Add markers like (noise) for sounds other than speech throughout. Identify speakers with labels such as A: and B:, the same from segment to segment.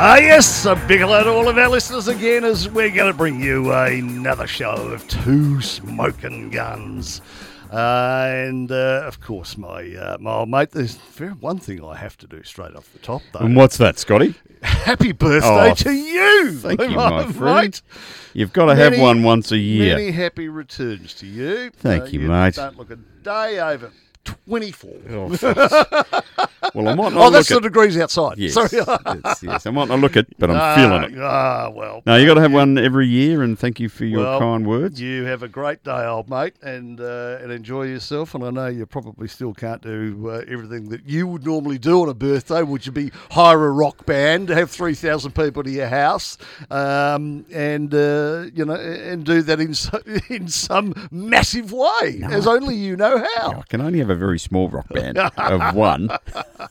A: Ah, yes, a big hello to all of our listeners again as we're going to bring you another show of Two Smoking Guns. Uh, and uh, of course, my uh, my old mate. There's very- one thing I have to do straight off the top, though.
B: And what's that, Scotty?
A: Happy birthday
B: Mm. Oh,
A: to you!
B: Thank you,
A: my
B: my
A: mate.
B: friend. You've got to have
A: Many-
B: one once a year. (laughs)
A: Many happy returns to you.
B: Thank you, mate.
A: Don't look a day over twenty-four.
B: Oh, fuck. well, I might not
A: Oh, that's
B: look
A: the
B: at.
A: degrees outside.
B: Yes,
A: Sorry.
B: it's- yes, I might not look at, but
A: (laughs)
B: I'm feeling it.
A: Ah, ah, well.
B: No, you got to have one every year, and thank you for your
A: Well,
B: kind words.
A: You have a great day, old mate, and uh, and enjoy yourself. And I know you probably still can't do uh, everything that you would normally do on a birthday, which would be hire a rock band, have three thousand people to your house, um, and uh, you know, and do that in so, (laughs) in some massive way, as only you know
B: I
A: how.
B: can only have a very small rock
A: (laughs)
B: band of one. (laughs)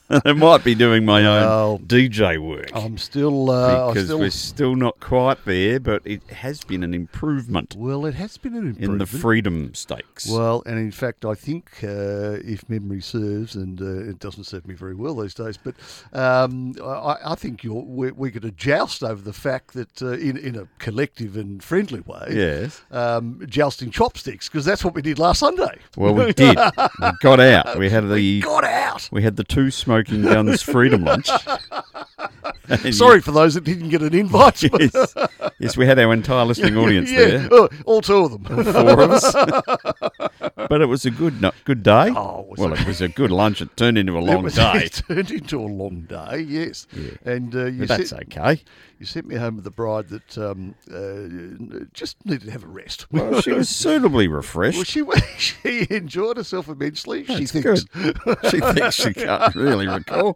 B: I might be doing my own
A: Well,
B: DJ work
A: I'm still, uh, I
B: because
A: still.
B: we're still not quite there, but it has been an improvement
A: Well, it has been an
B: in
A: improvement.
B: the freedom stakes.
A: Well, and in fact, I think uh, if memory serves, and uh, it doesn't serve me very well these days, but um, I, I think you're, we're, we're going to joust over the fact that uh, in, in a collective and friendly way,
B: yes.
A: um, jousting chopsticks, because that's what we did last Sunday.
B: Well, we did. We got out. We had
A: (laughs)
B: the
A: Got out.
B: We had the two smoking guns freedom
A: (laughs)
B: lunch. And
A: Sorry for those that didn't get an
B: (laughs)
A: invite. (laughs)
B: you- (laughs) yes, yes, we had our entire listening audience
A: yeah,
B: there,
A: oh, all two of (laughs) them.
B: four of us. but it was a good no- good day.
A: Oh, was
B: well, it? was a good lunch. It turned into a long
A: it was,
B: day.
A: It turned into a long day, yes. And uh, you
B: But that's
A: said-
B: okay.
A: You sent me home with a bride that um, uh, just needed to have a rest.
B: Well, she was suitably refreshed.
A: Well, she she (laughs) enjoyed herself immensely. she
B: That's
A: thinks. (laughs)
B: good. she thinks she can't really recall.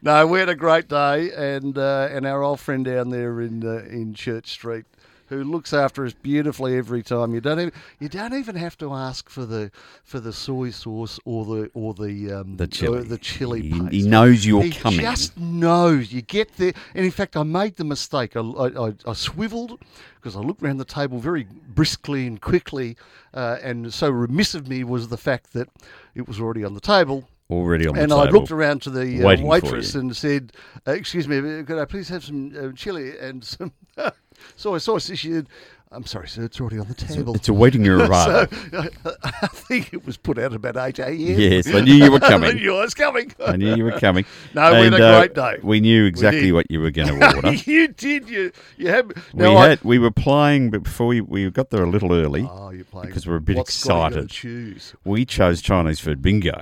A: No, we had a great day, and uh, and our old friend down there in uh, in Church Street, who looks after us beautifully every time. You don't even you don't even have to ask for the for the soy sauce or the or the um,
B: The chili.
A: or the chili.
B: He,
A: paste.
B: he knows you're
A: He
B: coming.
A: just knows. You get there, and in fact, I made the mistake. I, I, I, I swiveled because I looked around the table very briskly and quickly, uh, and so remiss of me was the fact that it was already on the table.
B: Already on
A: And
B: the
A: I
B: table.
A: looked around to the uh,
B: waiting for
A: waitress
B: you.
A: and said, uh, "Excuse me, could I please have some uh, chili and some (laughs) soy sauce?" She said, "I'm sorry, sir, it's already on the table."
B: It's awaiting your arrival.
A: (laughs) I think it was put out about eight a.m.
B: yes, they
A: (laughs)
B: knew you were
A: I
B: coming.
A: knew I was coming.
B: I knew you were coming.
A: (laughs) No, we had a
B: And, uh,
A: great day.
B: We knew exactly
A: did.
B: what you
A: (laughs)
B: were going to order.
A: you did. You you had.
B: we
A: now I-
B: had we were playing but before we, we got there a little early.
A: Oh, you're playing
B: because we're a bit
A: what's got you gotta
B: excited.
A: Choose.
B: We chose Chinese
A: (laughs)
B: food bingo,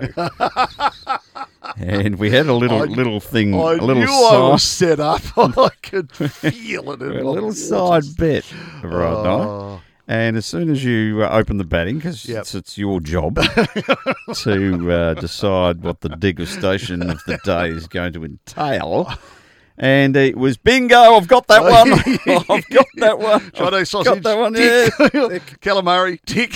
B: and we had a little
A: I-
B: little thing,
A: I
B: Mm, a little
A: knew I was
B: side,
A: set up. (laughs) I
B: (laughs)
A: could feel it. In
B: a
A: my
B: little
A: waters.
B: side bet of our
A: Oh.
B: night. And as soon as you uh, open the batting, because
A: Yep.
B: it's, it's your
A: (laughs)
B: job to uh, decide what the degustation of the day is going to entail. And it was bingo. I've got that
A: Oh, (laughs)
B: one. I've got that one.
A: Chinese
B: I've
A: sausage.
B: Got that one.
A: Tick. (laughs)
B: Yeah.
A: Calamari. (laughs) Tick.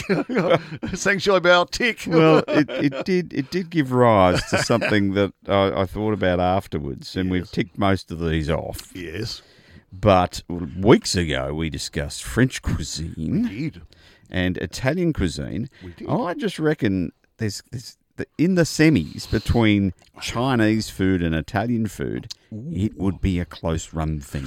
A: Sang Shui Bao. Tick.
B: (laughs) well, it, it did it did give rise to something that I, I thought about afterwards, and we've ticked most of these off.
A: yes.
B: But weeks ago, we discussed French cuisine
A: Indeed.
B: and Italian cuisine.
A: We did.
B: I just reckon there's, there's the, in the semis between Chinese food and Italian food, it would be a close run thing.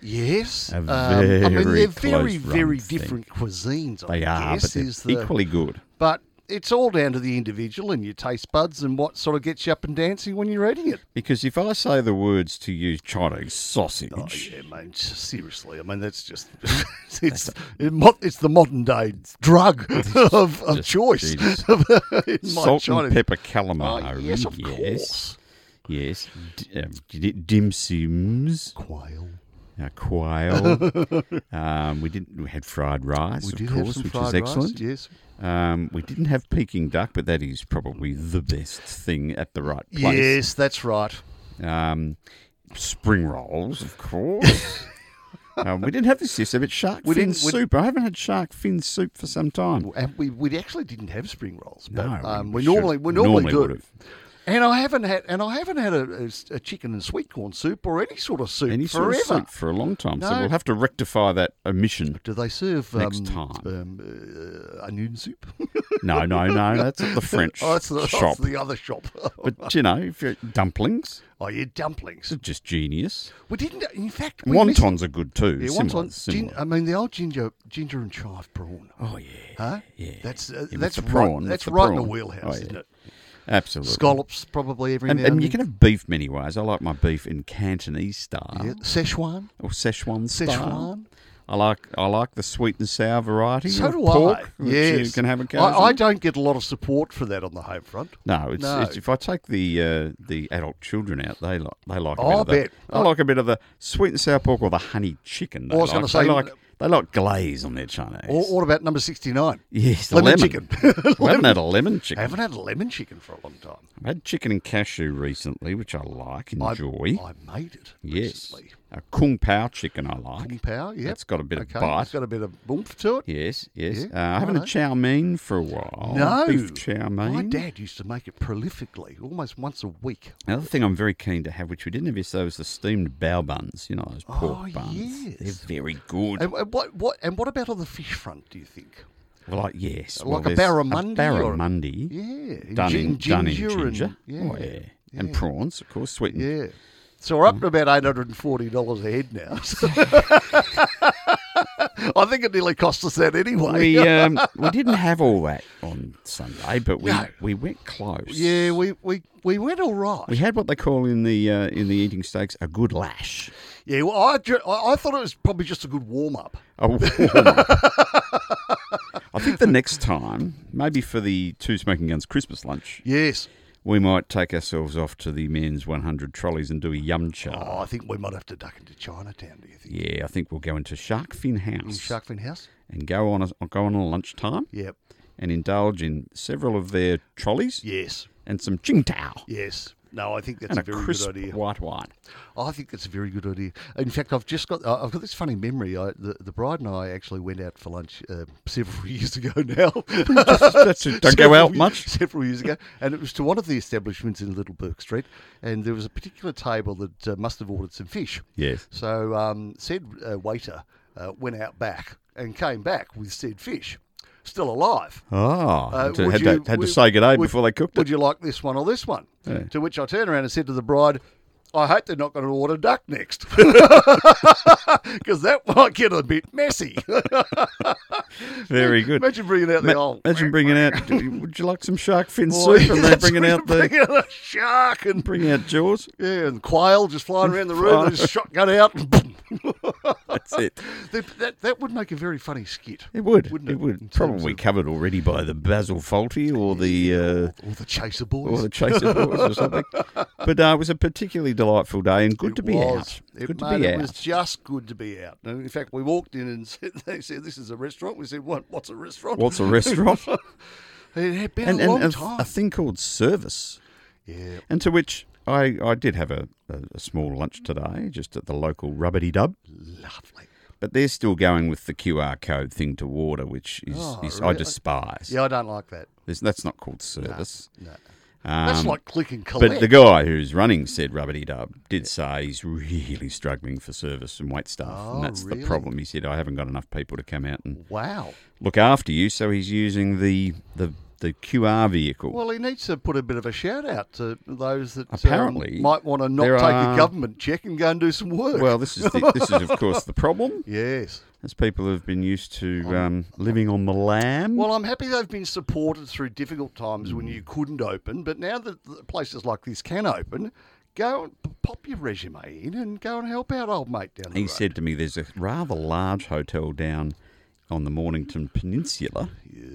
A: Yes. Um,
B: A
A: I mean,
B: very
A: they're very,
B: close run
A: very
B: thing.
A: different cuisines. I
B: They are,
A: guess,
B: but they're
A: is the,
B: equally good.
A: But it's all down to the individual and your taste buds and what sort of gets you up and dancing when you're eating it.
B: Because if I say the words to you, Chinese sausage,
A: Oh, yeah, mate. Seriously, I mean that's just (laughs) it's it mo- it's the modern day drug (laughs) of, of
B: just-
A: choice.
B: Jesus.
A: (laughs) In my
B: salt
A: China-
B: and pepper
A: Oh,
B: calamari.
A: yes, of
B: yes.
A: course.
B: Yes, D- um, d- dim sims,
A: Quail.
B: uh,
A: (laughs)
B: quail. um, we didn't. We had fried rice,
A: We
B: of
A: did have
B: course,
A: some
B: which
A: fried
B: is
A: rice,
B: excellent.
A: Yes.
B: Um, we didn't have Peking duck, but that is probably the best thing at the right place.
A: Yes, that's right.
B: Um, spring rolls, of course.
A: (laughs)
B: um, we didn't have this yesterday, but shark
A: We
B: fin
A: didn't- we-
B: soup. I haven't had shark fin soup for some time.
A: And we, we actually didn't have spring rolls, but
B: No,
A: um,
B: we
A: we
B: should-
A: normally we
B: we
A: normally,
B: normally
A: do.
B: would've.
A: And I haven't had and I haven't had a, a, a chicken and sweet corn soup or any sort of soup
B: Any sort
A: forever.
B: of soup for a long time. So
A: No.
B: we'll have to rectify that omission.
A: Do they serve
B: Next
A: um,
B: time.
A: um, uh, onion soup?
B: No,
A: (laughs)
B: no, no. That's at the French
A: oh, that's the, that's
B: shop.
A: the other shop. (laughs)
B: But you know, if you're, dumplings,
A: oh, yeah, dumplings.
B: they're just genius.
A: We didn't. In fact, we missed-
B: Wontons are good too.
A: Yeah,
B: similar,
A: wonton.
B: similar.
A: Gin, I mean, the old ginger, ginger and chive prawn.
B: oh yeah,
A: Huh?
B: yeah.
A: That's uh,
B: with
A: that's
B: the
A: Right,
B: prawn, with
A: that's
B: the
A: right in
B: prawn.
A: the wheelhouse,
B: Oh, yeah.
A: isn't it?
B: absolutely.
A: Scallops probably every
B: And,
A: now and,
B: and you can
A: then.
B: have beef many ways. I like my beef in Cantonese style
A: yeah. Szechuan,
B: or um, Szechuan style.
A: Szechuan.
B: I like I like the sweet and sour variety.
A: So
B: of
A: do
B: pork,
A: I.
B: which
A: yes,
B: you can have a go.
A: I, I
B: at.
A: don't get a lot of support for that on the home front.
B: No, it's,
A: No.
B: it's if I take the uh, the adult children out, they like they like. A
A: Oh,
B: bit
A: I
B: of the-
A: bet.
B: I like a bit of the sweet and sour pork or the honey chicken. They
A: I was
B: like.
A: gonna
B: they
A: say-
B: like they like glaze on their Chinese.
A: Or what about number sixty-nine?
B: yes, the
A: lemon
B: lemon
A: chicken. (laughs)
B: I haven't had a lemon
A: I
B: chicken.
A: haven't had lemon chicken for a long time.
B: I've had chicken and cashew recently, which I like,
A: I-
B: enjoy.
A: I, made it
B: yes,
A: recently.
B: a kung pao chicken I like.
A: Kung Pao, yeah.
B: That's got a bit
A: okay.
B: of bite.
A: It's got a bit of oomph to it.
B: yes, yes.
A: Yeah,
B: Uh, I haven't had
A: righto.
B: chow mein for a while.
A: No. Oh,
B: beef chow mein.
A: My dad used to make it prolifically, almost once a week.
B: Another thing I'm very keen to have, which we didn't have yesterday, was the steamed bao buns. You know those pork
A: Oh,
B: buns.
A: yes. Uh,
B: They're very good.
A: And, and what, what, and what about on the fish front? Do you think?
B: well, like yes,
A: Like
B: well,
A: a
B: there's
A: barramundi or-
B: barramundi
A: Yeah, in
B: done,
A: gin-
B: in, done in ginger,
A: and,
B: Oh,
A: yeah,
B: yeah. and prawns, of course, sweet. and-
A: yeah. So we're up to about eight hundred and forty dollars a head now. (laughs) So- I think it nearly cost us that anyway. (laughs)
B: We um, we didn't have all that on Sunday, but we,
A: No.
B: we went close.
A: yeah, we, we, we went all right.
B: We had what they call in the uh, in the eating steaks a good lash.
A: yeah, well, I, ju- I I thought it was probably just a good warm up.
B: A warm up. I think the next time, maybe for the two smoking guns Christmas lunch,
A: Yes.
B: we might take ourselves off to the men's 100 trolleys and do a yum cha.
A: Oh, I think we might have to duck into Chinatown. Do you think?
B: Yeah, I think we'll go into Shark Fin
A: In
B: House
A: Sharkfin House.
B: and go on a, go on a lunchtime
A: Yep.
B: and indulge in several of their trolleys
A: Yes.
B: and some ching tao
A: Yes. No, I think that's
B: and
A: a
B: a
A: very
B: crisp
A: good idea.
B: white wine.
A: I think that's a very good idea. In fact, I've just got I- I've got this funny memory. I, the, the bride and I actually went out for lunch um, several (laughs) years ago now.
B: That's it. (laughs) Don't go
A: Several (laughs)
B: out
A: ye-
B: much.
A: Several years ago, and it was to one of the establishments in Little Burke Street, and there was a particular table that uh, must have ordered some fish.
B: Yes.
A: So um, said uh, waiter uh, went out back and came back with said fish, still alive.
B: Oh,
A: Uh,
B: had to,
A: would
B: had
A: you-
B: to, had to
A: would-
B: say good day
A: would-
B: before they cooked
A: Would
B: it.
A: you like this one or this one?
B: Yeah.
A: To which I turned around and said to the bride, I hope they're not going to order duck next
B: (laughs)
A: (laughs) because that might get a bit messy.
B: Very (laughs) good.
A: Imagine bringing out the
B: Ma-
A: old.
B: Imagine bringing out. Would you like some shark fin
A: Boy, (laughs)
B: soup? And they're
A: that's
B: bringing out
A: bringing
B: the
A: out a shark and
B: bringing out jaws.
A: yeah, and quail just flying around the
B: (laughs)
A: room, and just shotgun out. and boom. (laughs)
B: That's it.
A: that, that that would make a very funny skit.
B: It would.
A: Wouldn't
B: it,
A: it, in
B: would.
A: terms
B: Probably
A: of-
B: covered already by the Basil Fawlty or the uh,
A: Or the chaser
B: or
A: boys.
B: the Chaser Boys or something. But uh, it was a particularly delightful day and good
A: It
B: to be
A: was.
B: out.
A: It,
B: good
A: mate,
B: to be
A: it
B: out.
A: was just good to be out. And in fact, we walked in and (laughs) said, they said, "This is a restaurant." We said, "What? What's a restaurant?"
B: What's a restaurant?
A: (laughs) It had been
B: and
A: a long
B: and a,
A: time.
B: a thing called service.
A: yeah.
B: And to which I, I did have a, a, a small lunch today, just at the local rubbity dub.
A: Lovely.
B: But they're still going with the QR code thing to water, which is,
A: Oh,
B: is I
A: really?
B: despise.
A: Yeah, I don't like that.
B: There's, that's not called service.
A: No.
B: Um,
A: That's like click and collect.
B: but the guy who's running said rubbity dub did say he's really struggling for service and wait staff,
A: Oh,
B: and that's
A: really?
B: the problem. He said I haven't got enough people to come out and
A: wow.
B: look after you, so he's using the the, the QR vehicle.
A: Well, he needs to put a bit of a shout out to those that um,
B: Apparently,
A: might want to not
B: there
A: take a
B: are-
A: government check and go and do some work.
B: Well, this is the, this is of
A: (laughs)
B: course the problem,
A: yes.
B: as people have been used to um, living on the lamb.
A: Well, I'm happy they've been supported through difficult times when
B: Mm.
A: you couldn't open, but now that the places like this can open, go and p- pop your resume in and go and help out old mate down the
B: He
A: road.
B: said to me, "There's a rather large hotel down on the Mornington Peninsula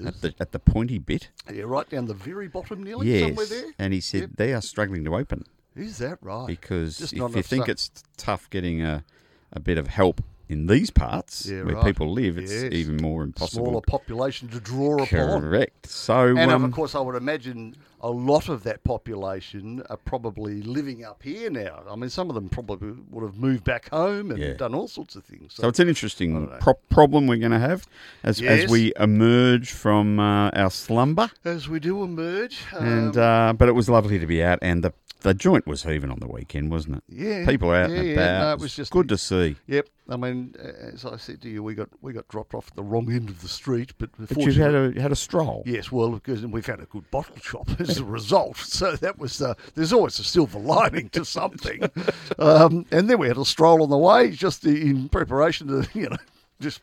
B: at the at the pointy bit.
A: yeah, right down the very bottom nearly Oh, somewhere
B: yes,
A: there.
B: and he said they are struggling to open
A: Is that right?
B: because
A: Just
B: if
A: not
B: you
A: enough
B: think
A: stuff.
B: it's tough getting a a bit of help in these parts
A: Yeah,
B: where
A: right.
B: people live, it's
A: Yes.
B: even more
A: Smaller
B: impossible.
A: population to draw upon.
B: Correct. So,
A: And
B: um,
A: of course, I would imagine a lot of that population are probably living up here now. I mean, some of them probably would have moved back home and
B: Yeah.
A: done all sorts of things.
B: so it's an interesting
A: know.
B: pro- problem we're going to have as,
A: Yes.
B: as we emerge from uh, our slumber.
A: as we do emerge,
B: And
A: um,
B: uh, but it was lovely to be out, and the the joint was heaving on the weekend, wasn't it?
A: yeah,
B: People out
A: yeah,
B: and
A: yeah,
B: about.
A: no,
B: it was just good to see.
A: Yep. I mean, as I said to you, we got we got dropped off at the wrong end of the street, but,
B: But you had a had a stroll.
A: Yes, well, because we've had a good bottle shop (laughs) as a result. So that was uh, there's always a silver lining to
B: (laughs)
A: something. um, and then we had a stroll on the way, just in preparation to (laughs) you know just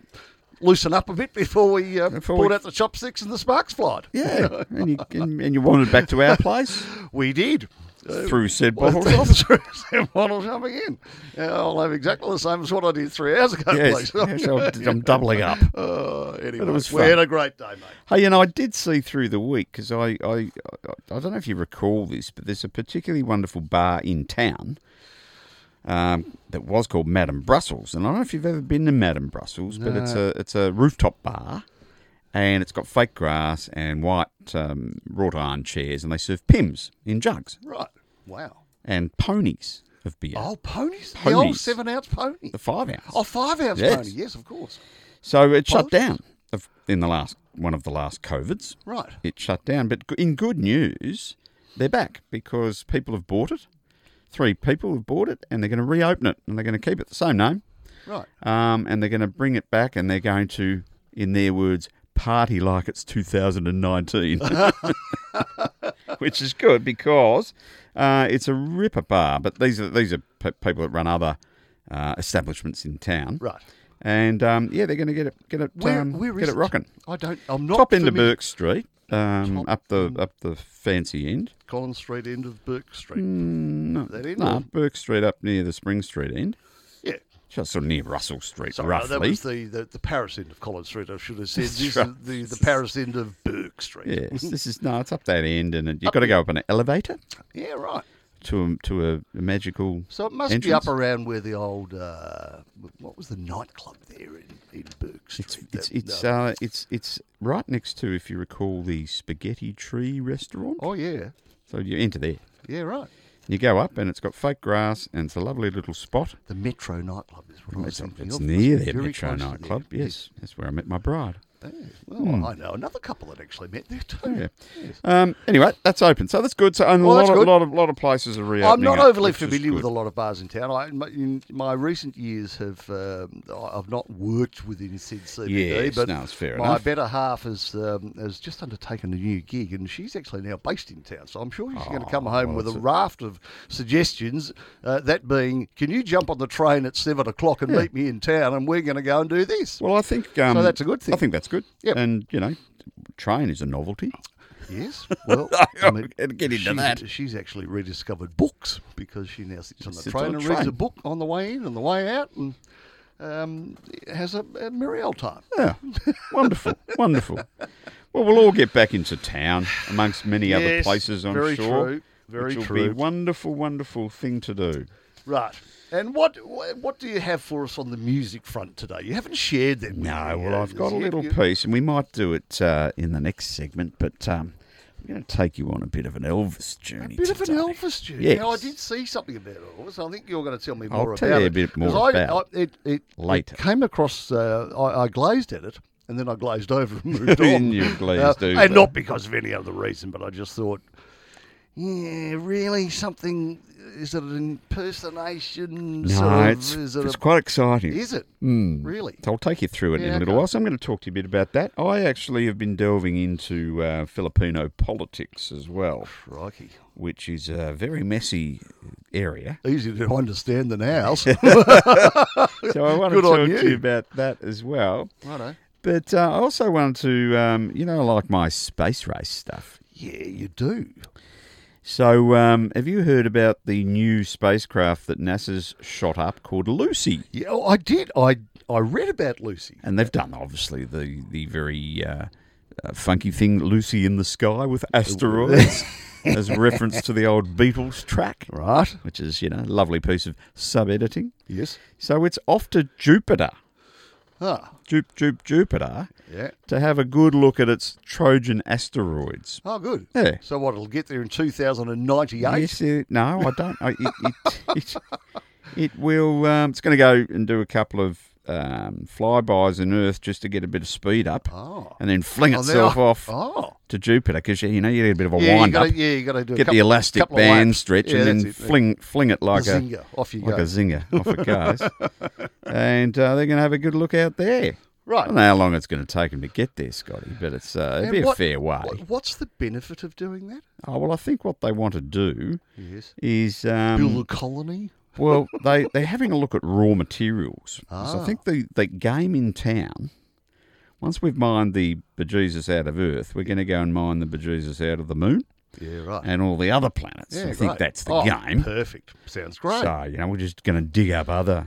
A: loosen up a bit before we uh,
B: Before
A: pulled
B: we-
A: out the chopsticks and the sparks flight.
B: Yeah, and you and, and you wandered back to our place
A: we did.
B: (laughs) through said
A: Well,
B: (laughs) bottle
A: that's (laughs)
B: shop.
A: true. Same bottle shopping in. Uh, I'll have exactly the same as what I did three hours ago.
B: Yes,
A: please.
B: (laughs)
A: (laughs)
B: yes, I'm- I'm doubling up.
A: Uh, anyway,
B: But it was
A: we
B: fun.
A: had a great day, mate.
B: Hey, you know, I did see through the week because I, I, I, I don't know if you recall this, but there's a particularly wonderful bar in town um, that was called Madame Brussels, and I don't know if you've ever been to Madame Brussels, but it's a it's a rooftop bar, and it's got fake grass and white um, wrought iron chairs, and they serve pims in jugs
A: Right. Wow.
B: and ponies of beer,
A: Oh, ponies. The old
B: Ponies.
A: seven ounce pony.
B: the five ounce.
A: Oh, five ounce
B: Yes.
A: pony. Yes, of course.
B: so it shut
A: Polish?
B: down of- in the last one of the last covids.
A: Right.
B: it shut down. But in good news, they're back because people have bought it. Three people have bought it, and they're going to reopen it, and they're going to keep it the same name,
A: Right.
B: um, and they're going to bring it back, and they're going to, in their words, party like it's 2019, (laughs) which is good because uh, it's a ripper bar. But these are these are pe- people that run other uh, establishments in town,
A: Right.
B: and um, yeah, they're going to get it get it
A: Where-
B: um,
A: where
B: get
A: is
B: it
A: it?
B: rocking.
A: I don't. I'm not.
B: Top into
A: familiar-
B: Burke Street, um,
A: Top
B: up the up the fancy end.
A: Collins Street, end of Burke Street.
B: Mm, no,
A: That end
B: no,
A: or-
B: Burke Street up near the Spring Street end,
A: Yeah.
B: just sort of near Russell Street,
A: Sorry, no,
B: roughly.
A: that was the, the, the Paris end of Collins Street. I should (laughs) have said
B: That's
A: this
B: right.
A: is the, the Paris end of Burke Street. (laughs)
B: yes, this is no, it's up that end, and it- you've got to go up an elevator
A: Yeah, right.
B: to a, to a, a magical.
A: So it must be up
B: Entrance?
A: around where the old uh, what was the nightclub there in, in Burke Street?
B: It's
A: That-
B: it's it's
A: no.
B: uh, it's it's right next to, if you recall, the Spaghetti Tree restaurant.
A: oh yeah,
B: So you enter there,
A: yeah right.
B: you go up, and it's got fake grass, and it's a lovely little spot.
A: The Metro nightclub is what I was
B: It's,
A: thinking
B: it's
A: of.
B: near
A: Oh, Must be
B: there,
A: very
B: Metro
A: close to there.
B: nightclub. Yes, that's where I met my bride.
A: Yeah. Well, I know another couple that actually met there too.
B: Yeah. Um, anyway, that's open, so that's good. So, and
A: Well,
B: a
A: that's
B: lot of,
A: good.
B: lot of lot of places are reopening.
A: I'm not
B: up,
A: overly
B: which is
A: familiar with
B: good.
A: a lot of bars in town. I, in my, in my recent years have um, I- I've not worked within said CBD,
B: Yes,
A: but
B: no, it's fair
A: my
B: enough.
A: better half has um, has just undertaken a new gig, and she's actually now based in town. So I'm sure she's going to come
B: Oh,
A: home
B: well,
A: with a
B: that's a-
A: raft of suggestions. Uh, that being, can you jump on the train at seven o'clock and meet me in town, and we're going to go and do this?
B: Well, I think um,
A: So that's a good
B: I
A: thing.
B: think that's good.
A: Yep.
B: And you know, train is a novelty.
A: Yes.
B: (laughs)
A: Well,
B: I'll get into
A: she's,
B: that.
A: She's actually rediscovered books because she now sits on the
B: sits
A: train
B: on a
A: and reads a
B: train.
A: book on the way in and the way out and um, has a, a merry old time.
B: Yeah. (laughs) wonderful, wonderful. Well, we'll all get back into town amongst many other
A: Yes,
B: places. I'm
A: very
B: sure.
A: true, very
B: which will Be
A: true.
B: a wonderful, wonderful thing to do.
A: Right. And what wha- what do you have for us on the music front today? You haven't shared them. with
B: No,
A: me,
B: well,
A: uh,
B: I've got a
A: you-
B: little
A: you-
B: piece, and we might do it uh, in the next segment. But um, I'm going to take you on a bit of an Elvis journey.
A: bit of an
B: today.
A: Elvis tune.
B: Yes.
A: Now, I did see something about Elvis. I think you're going to tell me
B: I'll
A: more
B: tell
A: about
B: you a
A: it.
B: bit more
A: 'Cause I,
B: about
A: I, it, it,
B: later.
A: It came across, uh, I, I glazed at it. And then I glazed over and
B: (laughs)
A: moved on. Uh,
B: And you glazed over.
A: And not because of any other reason, but I just thought, yeah, really something. Is it an impersonation?
B: No,
A: sort of-
B: it's, Mm.
A: is it?
B: it's
A: a-
B: quite exciting.
A: is it? Really?
B: So I'll take you through it in
A: Yeah,
B: a little
A: okay.
B: while. So I'm going to talk to you a bit about that. I actually have been delving into uh, Filipino politics as well,
A: Crikey.
B: which is a very messy
A: (laughs)
B: area.
A: Easier to understand than
B: (laughs)
A: ours.
B: So I want to
A: Good
B: talk
A: on
B: to you
A: you.
B: about that as well.
A: I know.
B: But uh, I also wanted to, um, you know, like my space race stuff.
A: Yeah, you do.
B: So um, have you heard about the new spacecraft that NASA's shot up called Lucy?
A: Yeah, oh, I did. I I read about Lucy.
B: And they've done obviously the the very uh, uh, funky thing Lucy in the Sky with
A: (laughs)
B: Asteroids as a reference to the old Beatles track,
A: Right.
B: which is, you know, a lovely piece of sub editing.
A: Yes.
B: So it's off to Jupiter,
A: Ah.
B: Jup, Jup, Jupiter,
A: Yeah.
B: to have a good look at its Trojan asteroids.
A: Oh, good.
B: Yeah.
A: So what? It'll get there in 2098.
B: Yes, uh, no, I don't. I, it, it, it, it will. Um, it's going to go and do a couple of um, flybys in Earth just to get a bit of speed up,
A: Oh.
B: and then fling
A: Oh,
B: itself
A: now-
B: off
A: Oh.
B: to Jupiter because you know you need a bit of a
A: Yeah, you
B: wind
A: gotta,
B: up,
A: yeah, you got to do a
B: get
A: couple,
B: the elastic
A: couple of
B: band
A: laps.
B: stretch,
A: Yeah,
B: and then
A: that's it.
B: fling fling it like a
A: Zinger. Off you
B: like
A: go. (laughs)
B: a zinger off it goes, and uh, they're going to have a good look out there. I
A: right.
B: don't know how long it's going to take them to get there, Scotty, but it's uh, it'd
A: And
B: be
A: what-
B: a fair way.
A: what- what's the benefit of doing that?
B: Oh well, I think what they want to do
A: Yes.
B: is um,
A: Build a colony.
B: Well, they, they're having a look at raw materials.
A: Ah.
B: So I think the, the game in town, once we've mined the bejesus out of Earth, we're going to go and mine the bejesus out of the moon
A: Yeah. Right.
B: and all the other planets.
A: yeah,
B: I think
A: great.
B: that's the
A: Oh,
B: game.
A: Perfect. Sounds great.
B: So, you know, we're just going to dig up other,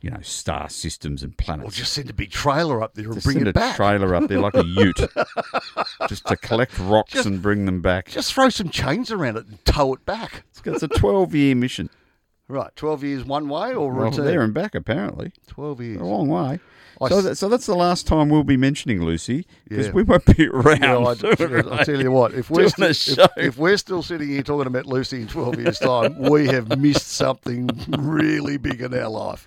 B: you know, star systems and planets.
A: We'll just send a big trailer up there and
B: Just
A: bring
B: send
A: it
B: a
A: back.
B: trailer up there like a
A: (laughs)
B: ute just to collect rocks
A: Just-
B: and bring them back.
A: just throw some chains around it and tow it back.
B: It's- it's a 12 year mission.
A: Right. Twelve years one way or
B: Well,
A: return.
B: there and back, apparently.
A: Twelve years.
B: A long way.
A: I
B: so,
A: s-
B: that, so that's the last time we'll be mentioning Lucy because
A: Yeah.
B: we won't be (laughs) around.
A: No, I, will tell you what.
B: (laughs)
A: If we're still,
B: Doing a
A: if,
B: show.
A: if we're still sitting here talking about Lucy in twelve years' time, we have missed something really big in our life.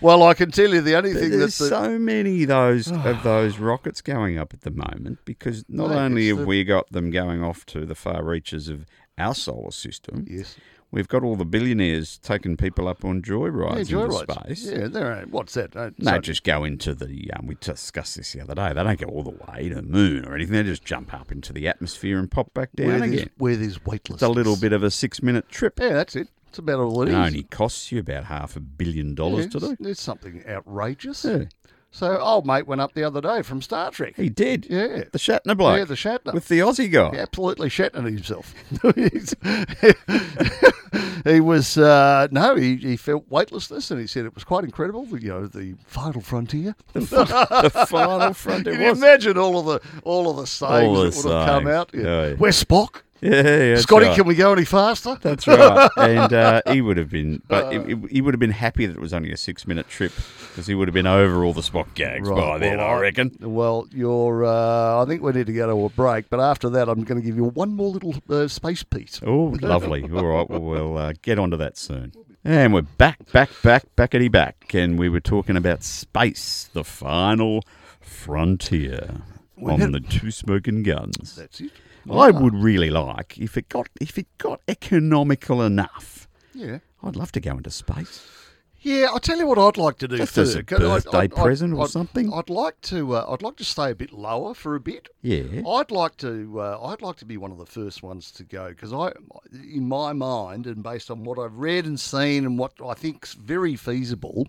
A: Well, I can tell you the only thing that's
B: There's
A: the,
B: so many of
A: (sighs)
B: those of those rockets going up at the moment because not
A: Mate,
B: only
A: it's
B: have
A: the-
B: we got them going off to the far reaches of our solar system,
A: yes,
B: we've got all the billionaires taking people up on
A: yeah,
B: joyrides into
A: joyrides.
B: space.
A: Yeah, there ain't. What's that? Uh,
B: No,
A: so-
B: just go into the. Um, we discussed this the other day. They don't go all the way to the moon or anything. They just jump up into the atmosphere and pop back
A: where
B: down
A: there's,
B: again.
A: where there's weightlessness.
B: It's a little bit of a six-minute trip.
A: Yeah, that's it. That's about all it
B: It
A: is.
B: only costs you about half a billion
A: Yeah,
B: dollars to
A: it's-
B: do.
A: It's something outrageous.
B: Yeah,
A: So, old mate went up the other day from Star Trek.
B: he did.
A: Yeah.
B: The Shatner bloke.
A: Yeah, the Shatner.
B: With the Aussie guy.
A: He absolutely shattered himself. (laughs) He's- he was uh, no, he, he felt weightlessness, and he said it was quite incredible. the, You know, the final frontier.
B: the final front
A: Can (laughs)
B: it
A: you
B: was.
A: imagine all of the all of the sayings
B: All the
A: that would have come
B: sayings.
A: out?
B: Yeah, yeah.
A: We're Spock,
B: Yeah, yeah, that's
A: Scotty.
B: right.
A: Can we go any faster?
B: That's right. And uh, he would have been, but it- it- he would have been happy that it was only a six-minute trip because he would have been over all the spot gags
A: Right,
B: by then,
A: well,
B: I reckon.
A: Well, you're. Uh, I think we need to go to a break, but after that, I'm going to give you one more little uh, space piece.
B: Oh, lovely. All right, well, we'll uh, get onto that soon. And we're back, back, back, backity back. And we were talking about space, the final frontier on
A: had-
B: the two smoking guns.
A: That's it.
B: I would really like if it got if it got economical enough.
A: Yeah.
B: I'd love to go into space.
A: Yeah, I'll tell you what I'd like to do
B: Just
A: first.
B: as a birthday present or
A: I'd-
B: something?
A: I'd like to. Uh, I'd like to stay a bit lower for a bit.
B: Yeah.
A: I'd like to. Uh, I'd like to be one of the first ones to go because I, in my mind, and based on what I've read and seen and what I think's very feasible,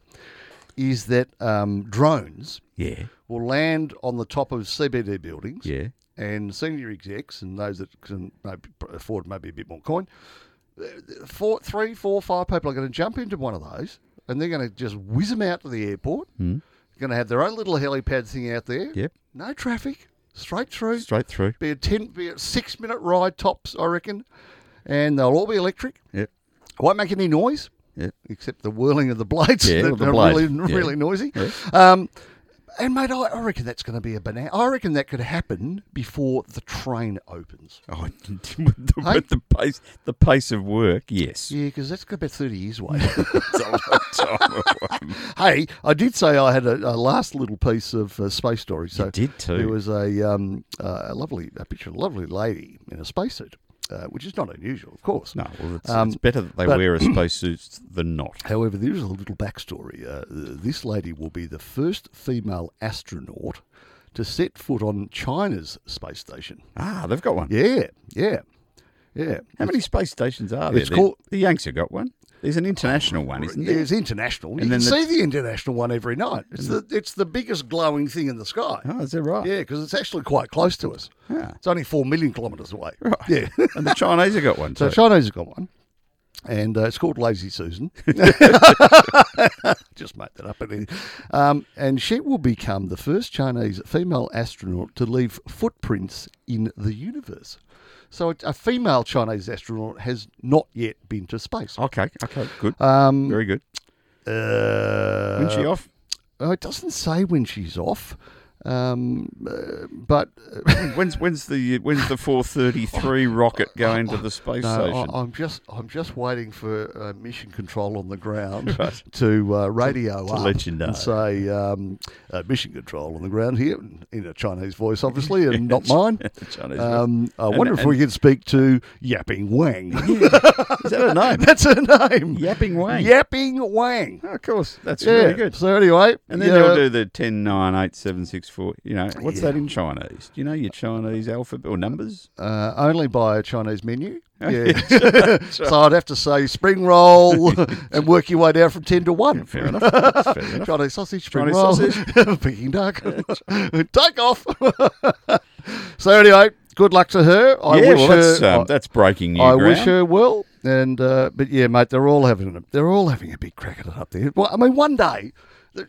A: is that um, drones
B: Yeah.
A: will land on the top of CBD buildings
B: Yeah.
A: and senior execs and those that can maybe afford maybe a bit more coin, four, three, four, five people are going to jump into one of those and they're going to just whiz them out to the airport. Going to have their own little helipad thing out there.
B: Yep.
A: No traffic, straight through.
B: Straight through.
A: Be a ten, be a six minute ride tops, I reckon, and they'll all be electric.
B: Yep.
A: Won't make any noise.
B: Yep.
A: Except the whirling of the blades.
B: Yeah,
A: they're
B: the
A: they're
B: blade.
A: really,
B: Yeah.
A: really noisy. Um, and mate, I, I reckon that's going to be a banana. I reckon that could happen before the train opens.
B: (laughs) Oh, with the,
A: Hey?
B: with the pace the pace of work, yes.
A: Yeah, because that's about thirty years away.
B: (laughs) It's a long time away.
A: (laughs) hey, I did say I had a, a last little piece of uh, space story. So
B: did too.
A: There was a um, uh, a lovely a picture of a lovely lady in a spacesuit, uh, which is not unusual, of course.
B: No, well, it's,
A: Um,
B: it's better that they
A: but-
B: (clears throat) wear a spacesuit than not.
A: However, there is a little backstory. Uh, this lady will be the first female astronaut to set foot on China's space station.
B: Ah, they've got one.
A: Yeah, yeah, yeah.
B: How many space stations are there?
A: It's
B: The-
A: called-
B: the Yanks have got one. There's an international one, isn't there?
A: It's international. you
B: And
A: can
B: then
A: see the international one every night. It's the, it's the biggest glowing thing in the sky.
B: Oh, is that right?
A: Yeah, because it's actually quite close to us.
B: Ah.
A: It's only four million kilometres away. Yeah. (laughs)
B: And the Chinese have got one
A: so
B: too.
A: Chinese have got one. and uh, it's called Lazy Susan. (laughs) Just made that up. But anyway. um, and she will become the first Chinese female astronaut to leave footprints in the universe. So a, a female Chinese astronaut has not yet been to space.
B: Okay, okay, good.
A: Um,
B: Very good.
A: uh,
B: When she (coughs) off?
A: Oh, it doesn't say when she's off, um, uh, but
B: When's when's the when's the 433 rocket going to the space
A: No,
B: (laughs) station?
A: Uh, I, I'm just I'm just waiting for uh, mission control on the
B: (laughs)
A: ground to uh, radio up
B: let you know.
A: and say um, uh, mission control on the ground here in a Chinese voice, obviously, and
B: (laughs)
A: not mine.
B: Chinese
A: Um, I
B: And-
A: wonder if we can speak to Yapping Wang.
B: Is that a
A: (laughs)
B: name?
A: That's her name.
B: Yapping Wang.
A: Yapping Wang.
B: (laughs) Oh, of course. That's
A: Yeah.
B: really good.
A: So anyway,
B: And then
A: yeah,
B: they'll do the 10, 9, 8, 7, 6, 4. You know, what's that in Chinese? Do you know your Chinese alphabet or numbers?
A: Uh, only by a Chinese
B: (laughs)
A: menu. Yeah. (laughs) so I'd have to say spring roll (laughs) and work your way down from 10 to 1.
B: (laughs) Fair
A: (laughs)
B: enough. That's fair enough.
A: Chinese sausage, spring
B: Chinese
A: roll, (laughs) Peking duck, take off. (laughs) so anyway, good luck to her. I
B: yeah,
A: wish
B: well,
A: her.
B: that's, um,
A: I-
B: that's breaking new
A: I
B: ground.
A: wish her well. And uh, but yeah, mate, they're all having a, they're all having a big crack at it up there. Well, I mean, one day. th-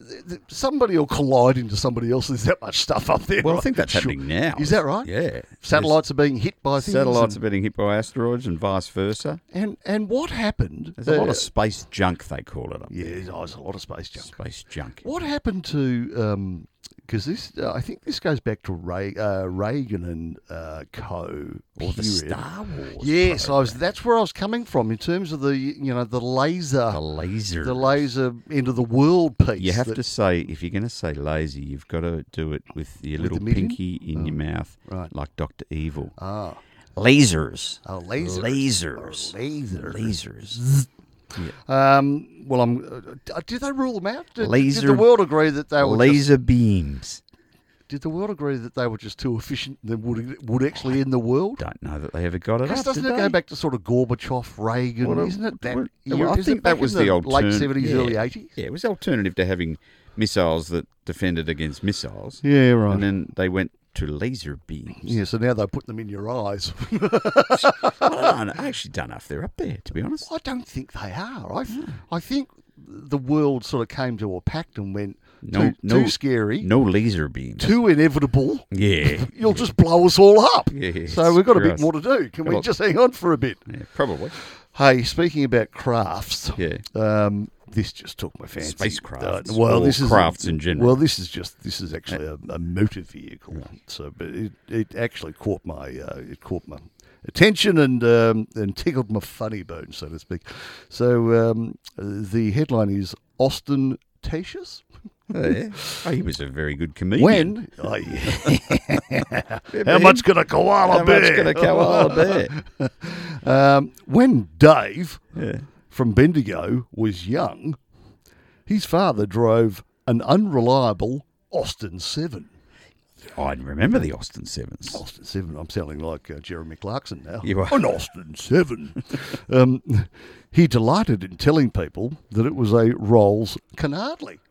A: th- th- Somebody will collide into somebody else. There's that much stuff up there.
B: well, I
A: right?
B: think that's
A: Sure.
B: happening now.
A: Is that right?
B: Yeah.
A: Satellites are being hit by
B: There's-
A: things.
B: Satellites are being hit by asteroids and vice versa.
A: And and what happened? Uh,
B: There's a lot of space junk, they call it. Up
A: yeah,
B: there.
A: oh, there's a lot of space junk.
B: Space junk.
A: What happened to because this uh, I think this goes back to Ray, uh, Reagan and uh, Co.
B: Or the
A: period.
B: Star Wars.
A: Yes, I
B: program.
A: was. That's where I was coming from in terms of the you know the laser,
B: The laser.
A: the laser end of the world piece.
B: You have
A: that-
B: to say, if you're going to say lazy, you've got to do it with your little
A: medium? Oh,
B: pinky in your mouth,
A: right.
B: like Dr. Evil.
A: ah Uh,
B: Lasers.
A: a laser,
B: Lasers.
A: laser.
B: Lasers.
A: Um, well, I'm. Uh, did they rule them out? Did, Did
B: Laser-
A: the world agree that they were? Just,
B: Laser beams.
A: did the world agree that they were just too efficient? That would would actually end the world?
B: Don't know that they ever got it
A: Because
B: up.
A: doesn't
B: did
A: it go
B: they?
A: back to sort of Gorbachev, Reagan?
B: Well,
A: isn't it that?
B: well,
A: era?
B: well, I
A: Is it
B: think
A: back
B: that was
A: in
B: the, old
A: late
B: turn-
A: seventies,
B: yeah.
A: early eighties.
B: Yeah, it was alternative to having missiles that defended against missiles,
A: Yeah, right.
B: and then they went to laser beams.
A: yeah, so now they put them in your eyes.
B: I, don't know, I actually don't know if they're up there, to be honest.
A: (laughs) I don't think they are. I, I think the world sort of came to a pact and went
B: No-
A: too,
B: no-
A: too scary,
B: No laser beams.
A: too inevitable. (laughs)
B: Yeah.
A: You'll just blow us all up.
B: Yes,
A: so we've got a bit
B: Christ.
A: more to do. Can we
B: Well-
A: just hang on for a bit?
B: yeah, probably.
A: Hey, speaking about crafts,
B: Yeah.
A: um, this just took my fancy.
B: Spacecrafts
A: Uh, well,
B: or
A: this is
B: crafts in general.
A: Well, this is just this is actually a, a motor vehicle. So, but it, it actually caught my uh, it caught my attention and um, and tickled my funny bone, so to speak. So um, the headline is Austin. Tatius?
B: Oh, yeah. (laughs) Oh, he was a very good comedian.
A: When? Oh, yeah.
B: (laughs) Remember
A: How
B: him?
A: much can a koala
B: How
A: be?
B: much can a koala bear?
A: Um, when Dave
B: Yeah.
A: from Bendigo was young, his father drove an unreliable Austin 7.
B: (laughs) I remember the Austin Sevens.
A: Austin 7, I'm sounding like uh, Jeremy Clarkson now.
B: You are.
A: An Austin 7. um, he delighted in telling people that it was a Rolls Canardly. (laughs)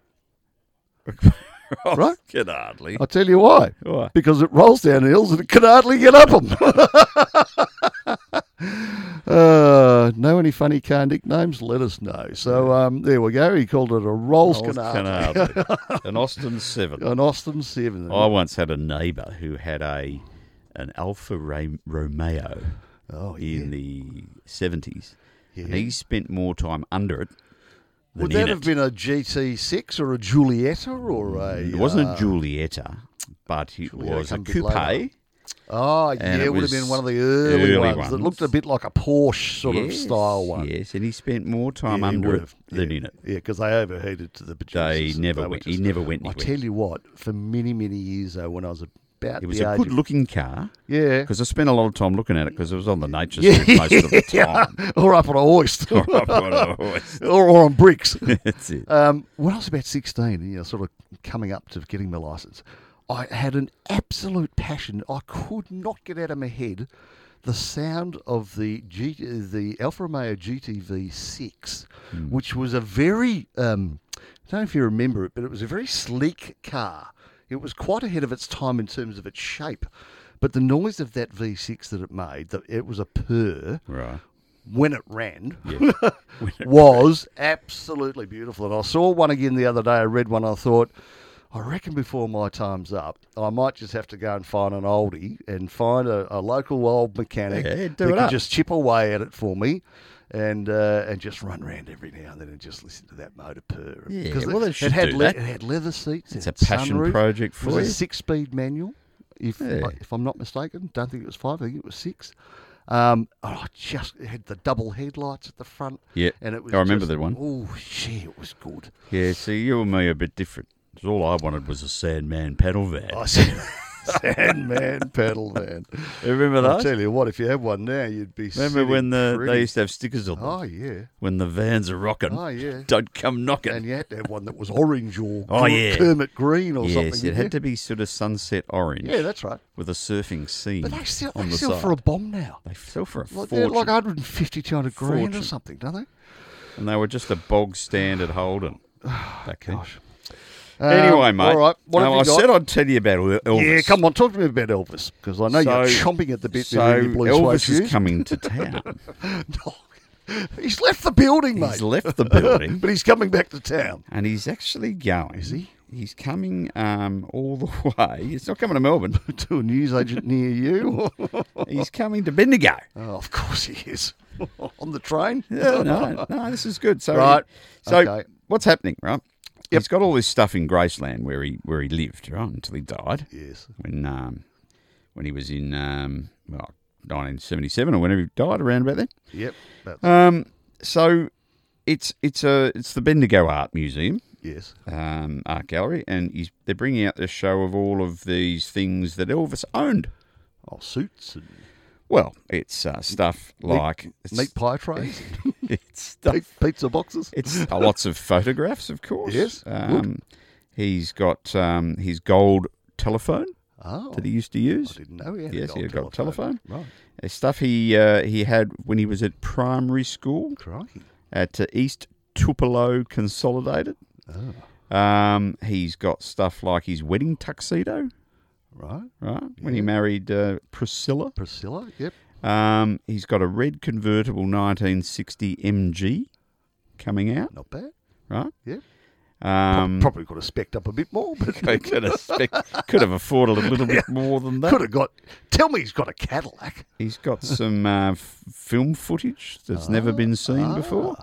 A: Right? Oh,
B: Can hardly.
A: I'll tell you why.
B: Why?
A: Because it rolls down hills and it can hardly get up them. (laughs) uh, know any funny car nicknames? Let us know. So um, there we go. He called it a Rolls,
B: Can
A: Canardly.
B: hardly. An
A: (laughs)
B: Austin Seven.
A: An Austin 7.
B: I once had a neighbour who had a an Alfa Ra- Romeo
A: Oh, yeah.
B: in the seventies, and
A: Yeah.
B: he spent more time under it than
A: Would
B: in
A: that
B: it.
A: have been a GT6 or a Giulietta or a.
B: it Mm, wasn't
A: uh,
B: a Giulietta, but it
A: Giulietta
B: was a
A: come a bit
B: coupe.
A: later. Oh, yeah,
B: and
A: it,
B: it
A: would have been
B: was
A: one of the early,
B: early
A: ones, that
B: ones.
A: looked a bit like a Porsche sort of
B: Yes,
A: style one.
B: Yes, and he spent more
A: Yeah,
B: time
A: he
B: under
A: would
B: it
A: have.
B: than
A: yeah.
B: in it.
A: because they overheated to the
B: They
A: producers.
B: never
A: were
B: went.
A: just-
B: he never went
A: I
B: anywhere.
A: tell you what, for many, many years though, when I was about
B: it was
A: the
B: a
A: age
B: good
A: of-
B: looking car
A: yeah, (laughs)
B: because I spent a lot of time looking at it because it was on the nature strip most of the time. (laughs)
A: or up on a hoist, or, (laughs)
B: That's
A: or on
B: (laughs)
A: bricks.
B: it.
A: Um, when I was about 16, you know, sort of coming up to getting my license, I had an absolute passion. I could not get out of my head the sound of the G- the Alfa Romeo GTV6, which was a very, um, I don't know if you remember it, but it was a very sleek car. It was quite ahead of its time in terms of its shape. But the noise of that V6 that it made, that it was a purr
B: Right.
A: when it ran
B: Yeah.
A: (laughs) was absolutely beautiful. And I saw one again the other day. I read one. I thought, I reckon before my time's up, I might just have to go and find an oldie and find a, a local old mechanic
B: Yeah, do
A: that
B: it
A: can
B: up.
A: just chip away at it for me. And uh, and just run round every now and then and just listen to that motor purr.
B: Yeah,
A: Because
B: well, they
A: it
B: should
A: had
B: do
A: le-
B: that.
A: it had leather seats.
B: It's
A: it
B: a
A: had
B: passion
A: sunroof.
B: project
A: It was
B: for
A: a
B: you.
A: six-speed manual, if
B: Yeah.
A: if I'm not mistaken. Don't think it was five. I think it was six. Um, oh, I just it had the double headlights at the front.
B: Yeah,
A: and it was.
B: I remember
A: just-
B: that one.
A: Oh, gee, it was good.
B: Yeah, see, you and me are a bit different. 'Cause All I wanted was a Sandman pedal van.
A: I said, (laughs) Sandman pedal van.
B: You remember
A: I
B: those?
A: tell you what, if you had one now, you'd be.
B: Remember
A: sitting
B: when the
A: pretty.
B: they used to have stickers on them?
A: Oh yeah,
B: When the vans are rocking,
A: oh
B: (laughs)
A: yeah.
B: don't come knocking.
A: And you had to have one that was orange or
B: Oh,
A: Ker-
B: yeah.
A: Kermit green or something.
B: yes, it
A: didn't
B: had
A: you?
B: to be sort of sunset orange.
A: Yeah, that's right.
B: with a surfing scene
A: But they sell,
B: on
A: they
B: the
A: sell
B: side.
A: for a bomb now.
B: They sell for a
A: Like, they're
B: fortune,
A: like 150, 200 grand or
B: Fortune.
A: something, don't they?
B: and they were just a bog
A: (sighs)
B: standard Holden. Back then.
A: Um,
B: anyway, mate.
A: All right. What
B: now,
A: have you
B: I
A: got?
B: said I'd tell you about El- Elvis.
A: Yeah, come on, talk to me about Elvis because I know you're
B: So-
A: chomping at the bit.
B: So
A: there in your blue suede
B: Elvis
A: shoes. (laughs)
B: is coming to town.
A: he's left the building, mate.
B: he's left the
A: (laughs)
B: building,
A: but he's coming back to town.
B: and he's actually going. Is
A: he?
B: He's coming um, all the (laughs) way. He's not coming (laughs) to Melbourne.
A: to a newsagent near you.
B: He's coming to Bendigo.
A: (laughs) oh, of course he is. (laughs) On the train.
B: No, no, no. This is good. So,
A: Right.
B: So,
A: Okay.
B: what's happening? Right. He's got all this stuff in Graceland where he where he lived right until he died.
A: Yes.
B: when um, when he was in um, well, 1977 or whenever he died around about then.
A: Yep. That's,
B: Um, so it's it's a it's the Bendigo Art Museum
A: yes.
B: um, art gallery, and he's, they're bringing out this show of all of these things that Elvis owned.
A: Oh, suits and
B: Well, it's uh, stuff like it's,
A: meat pie trays,
B: (laughs) it's
A: big
B: stuff.
A: pizza boxes.
B: It's (laughs) uh, lots of photographs, of course.
A: Yes, good.
B: Um, he's got um, his gold telephone
A: Oh,
B: that he used to use.
A: I didn't know he had
B: Yes,
A: a
B: he had
A: gold
B: got a telephone.
A: Right.
B: Uh, stuff he uh, he had when he was at primary school
A: Crikey.
B: at uh, East Tupelo Consolidated.
A: Oh,
B: Um, he's got stuff like his wedding tuxedo,
A: right.
B: right? When he married uh, Priscilla.
A: Priscilla. Yep.
B: Um, he's got a red convertible 1960 MG coming out,
A: Not bad.
B: right?
A: Yep.
B: Um,
A: Probably could have specced up a bit more,
B: (laughs)
A: but
B: I could have, spec- could have afforded a little bit more than that.
A: could have got. Tell me he's got a Cadillac.
B: He's got some uh, f- film footage that's never been seen before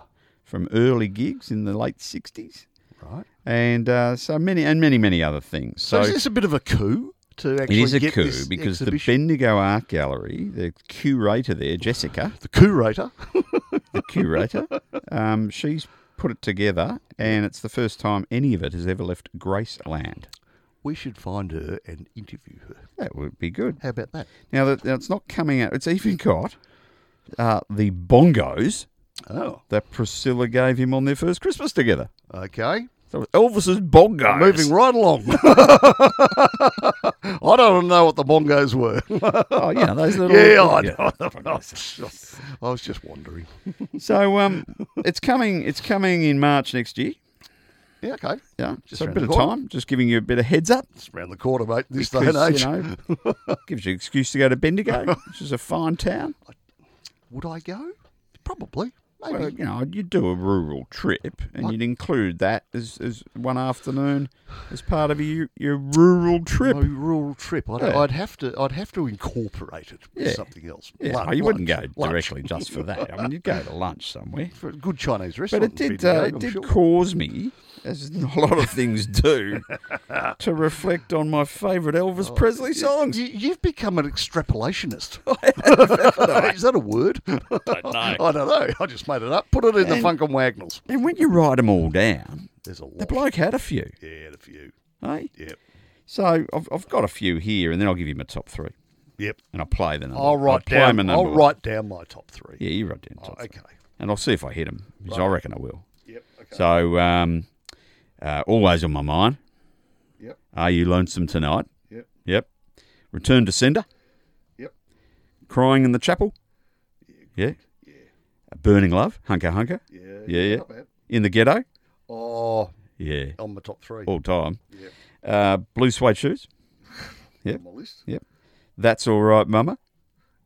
B: from early gigs in the late 60s.
A: Right.
B: and uh, so many and many many other things.
A: So,
B: So,
A: is this a bit of a coup to
B: it
A: actually
B: is a
A: get
B: coup
A: this
B: because
A: exhibition?
B: the Bendigo Art Gallery, the curator there, Jessica,
A: the curator.
B: the curator, um, she's put it together, and it's the first time any of it has ever left Graceland.
A: (laughs) We should find her and interview her.
B: That would be good.
A: How about that?
B: Now that now it's not coming out, it's even got uh, the bongos
A: Oh,
B: that Priscilla gave him on their first Christmas together.
A: okay.
B: So Elvis's bongos.
A: Moving right along. (laughs) I don't know what the bongos were.
B: (laughs)
A: (laughs)
B: Oh yeah, those little.
A: yeah, I know. (laughs) I was just wondering.
B: So um, it's coming. It's coming in March next year.
A: Yeah, okay.
B: Yeah,
A: Just
B: just so a
A: around the
B: bit of
A: corner.
B: time. Just giving you a bit of heads up.
A: It's around the corner, mate. This day and age.
B: because, you know, gives you an excuse to go to Bendigo, (laughs) which is a fine town.
A: Would I go? Probably. Maybe.
B: Well, you know, you'd do a rural trip, and you'd include that as, as one afternoon as part of your your rural trip.
A: My rural trip. I'd,
B: Yeah.
A: I'd have to. I'd have to incorporate it with
B: Yeah.
A: something else.
B: yeah,
A: Lunch-
B: oh, you wouldn't go
A: lunch- lunch.
B: directly just for that. I mean, you'd go to lunch somewhere. (laughs)
A: for a good Chinese
B: But
A: restaurant.
B: it did
A: Bendigo,
B: uh,
A: I'm
B: it did
A: sure.
B: cause me, as a lot of things (laughs) do, to reflect on my favourite Elvis Presley songs.
A: You, you've become an
B: (laughs)
A: extrapolationist. (laughs) Is that a word? I don't know. (laughs) I just made it up. Put it in the
B: And-
A: Funk and Wagnalls.
B: And when you write them all down,
A: There's a lot.
B: the bloke had a few.
A: yeah, the few.
B: Hey?
A: Yep.
B: So I've, I've got a few here, and then I'll give you my top three,
A: Yep.
B: and I'll play the number.
A: I'll write
B: play my
A: down.
B: number
A: I'll
B: one.
A: write down my top three.
B: Yeah, you write down. top three.
A: okay.
B: And I'll see if I hit them, because I reckon I will.
A: Yep. Okay.
B: So, um, uh, always on my mind.
A: Yep.
B: Are you lonesome tonight?
A: Yep.
B: Yep. Return to sender.
A: Yep.
B: Crying in the chapel. Yeah. Yeah. Burning love. Hunker hunker.
A: Yeah.
B: Yeah, yeah. In the ghetto.
A: Oh,
B: Yeah.
A: on my top three
B: All time.
A: Yep.
B: Uh, blue suede shoes.
A: on my list.
B: That's all right, mama.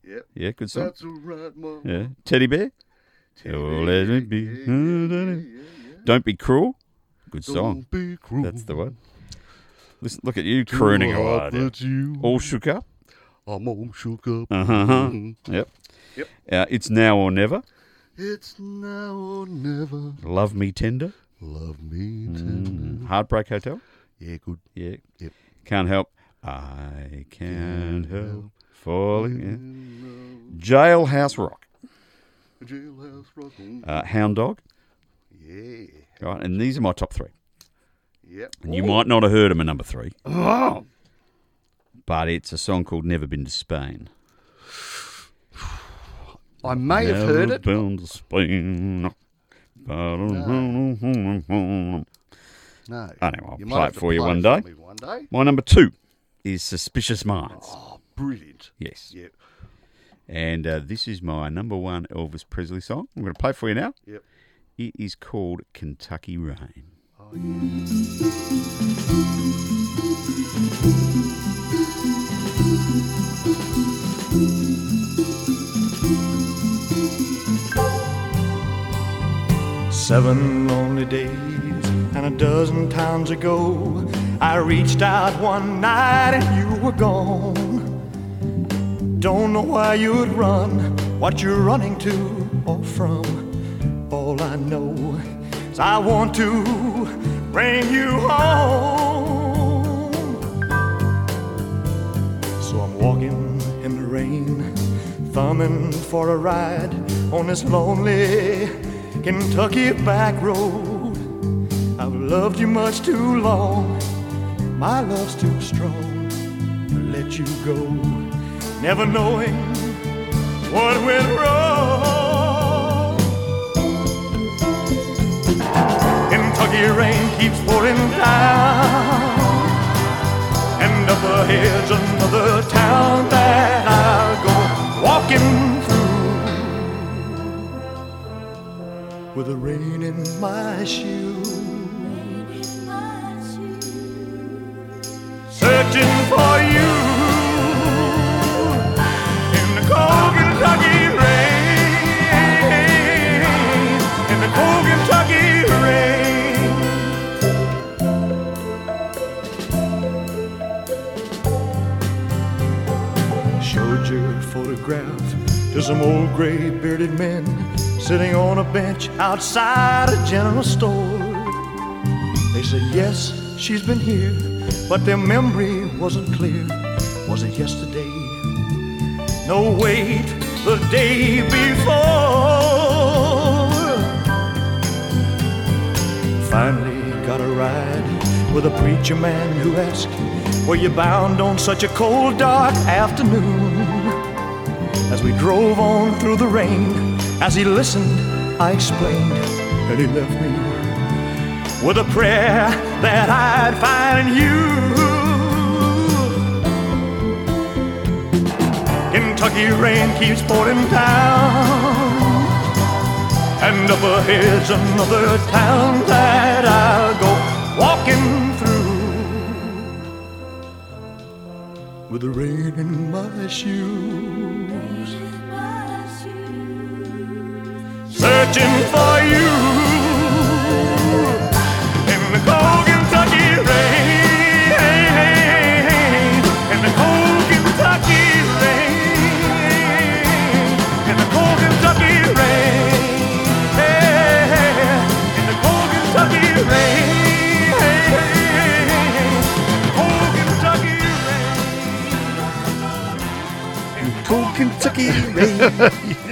A: Yep.
B: Yeah, good song.
A: That's all right, mum.
B: Yeah. Teddy bear. Oh, let it be. Don't be cruel. Good song.
A: Don't be cruel.
B: That's the one. Listen, look at you crooning
A: to
B: away.
A: what
B: there.
A: that you-
B: All shook up.
A: I'm all shook up. Mm-hmm.
B: Uh-huh. Yep.
A: Yep.
B: Uh, it's now or never.
A: It's now or never.
B: Love me tender.
A: Love me
B: Mm.
A: tender.
B: Heartbreak Hotel.
A: Yeah, good.
B: Yeah.
A: Yep.
B: Can't help. I can't help falling. Yeah. Jailhouse Rock.
A: Jailhouse rock.
B: Uh, Hound Dog.
A: Yeah.
B: Right. And these are my top three.
A: Yep.
B: And you might not have heard them at number three,
A: Oh.
B: but it's a song called Never Been to Spain.
A: I may have
B: Never
A: heard it. Ah.
B: Been to Spain.
A: No.
B: Anyway, I'll
A: You might
B: play
A: have
B: it
A: to
B: for you
A: play
B: one
A: it
B: day.
A: for me One day.
B: My number two is Suspicious Minds.
A: Oh, brilliant.
B: Yes.
A: Yep.
B: And uh, this is my number one Elvis Presley song. I'm going to play it for you now.
A: Yep.
B: It is called Kentucky Rain.
C: Seven lonely days and a dozen times ago, I reached out one night and you were gone. Don't know why you'd run, what you're running to or from. All I know is I want to bring you home. So I'm walking in the rain, thumbing for a ride on this lonely Kentucky back road. I've loved you much too long, my love's too strong to let you go, never knowing what went wrong. Kentucky rain keeps pouring down. And up ahead's another town that I'll go walking through with the rain in my shoes, searching for you in the cold Kentucky rain, in the cold Kentucky rain. Showed your photograph to some old gray bearded men sitting on a bench outside a general store. They said, Yes, she's been here, but their memory wasn't clear. Was it yesterday? No, wait, the day before. Finally got a ride with a preacher man who asked, Were you bound on such a cold, dark afternoon? As we drove on through the rain, as he listened, I explained, and he left me with a prayer that I'd find you. Kentucky rain keeps pouring down. And up ahead's another town that I'll go walking through with the rain in my shoes, searching for you in the cold Kentucky rain, in the cold Kentucky rain, in the cold Kentucky rain. In the cold Kentucky rain, cold Kentucky rain.
B: Cool (laughs) Kentucky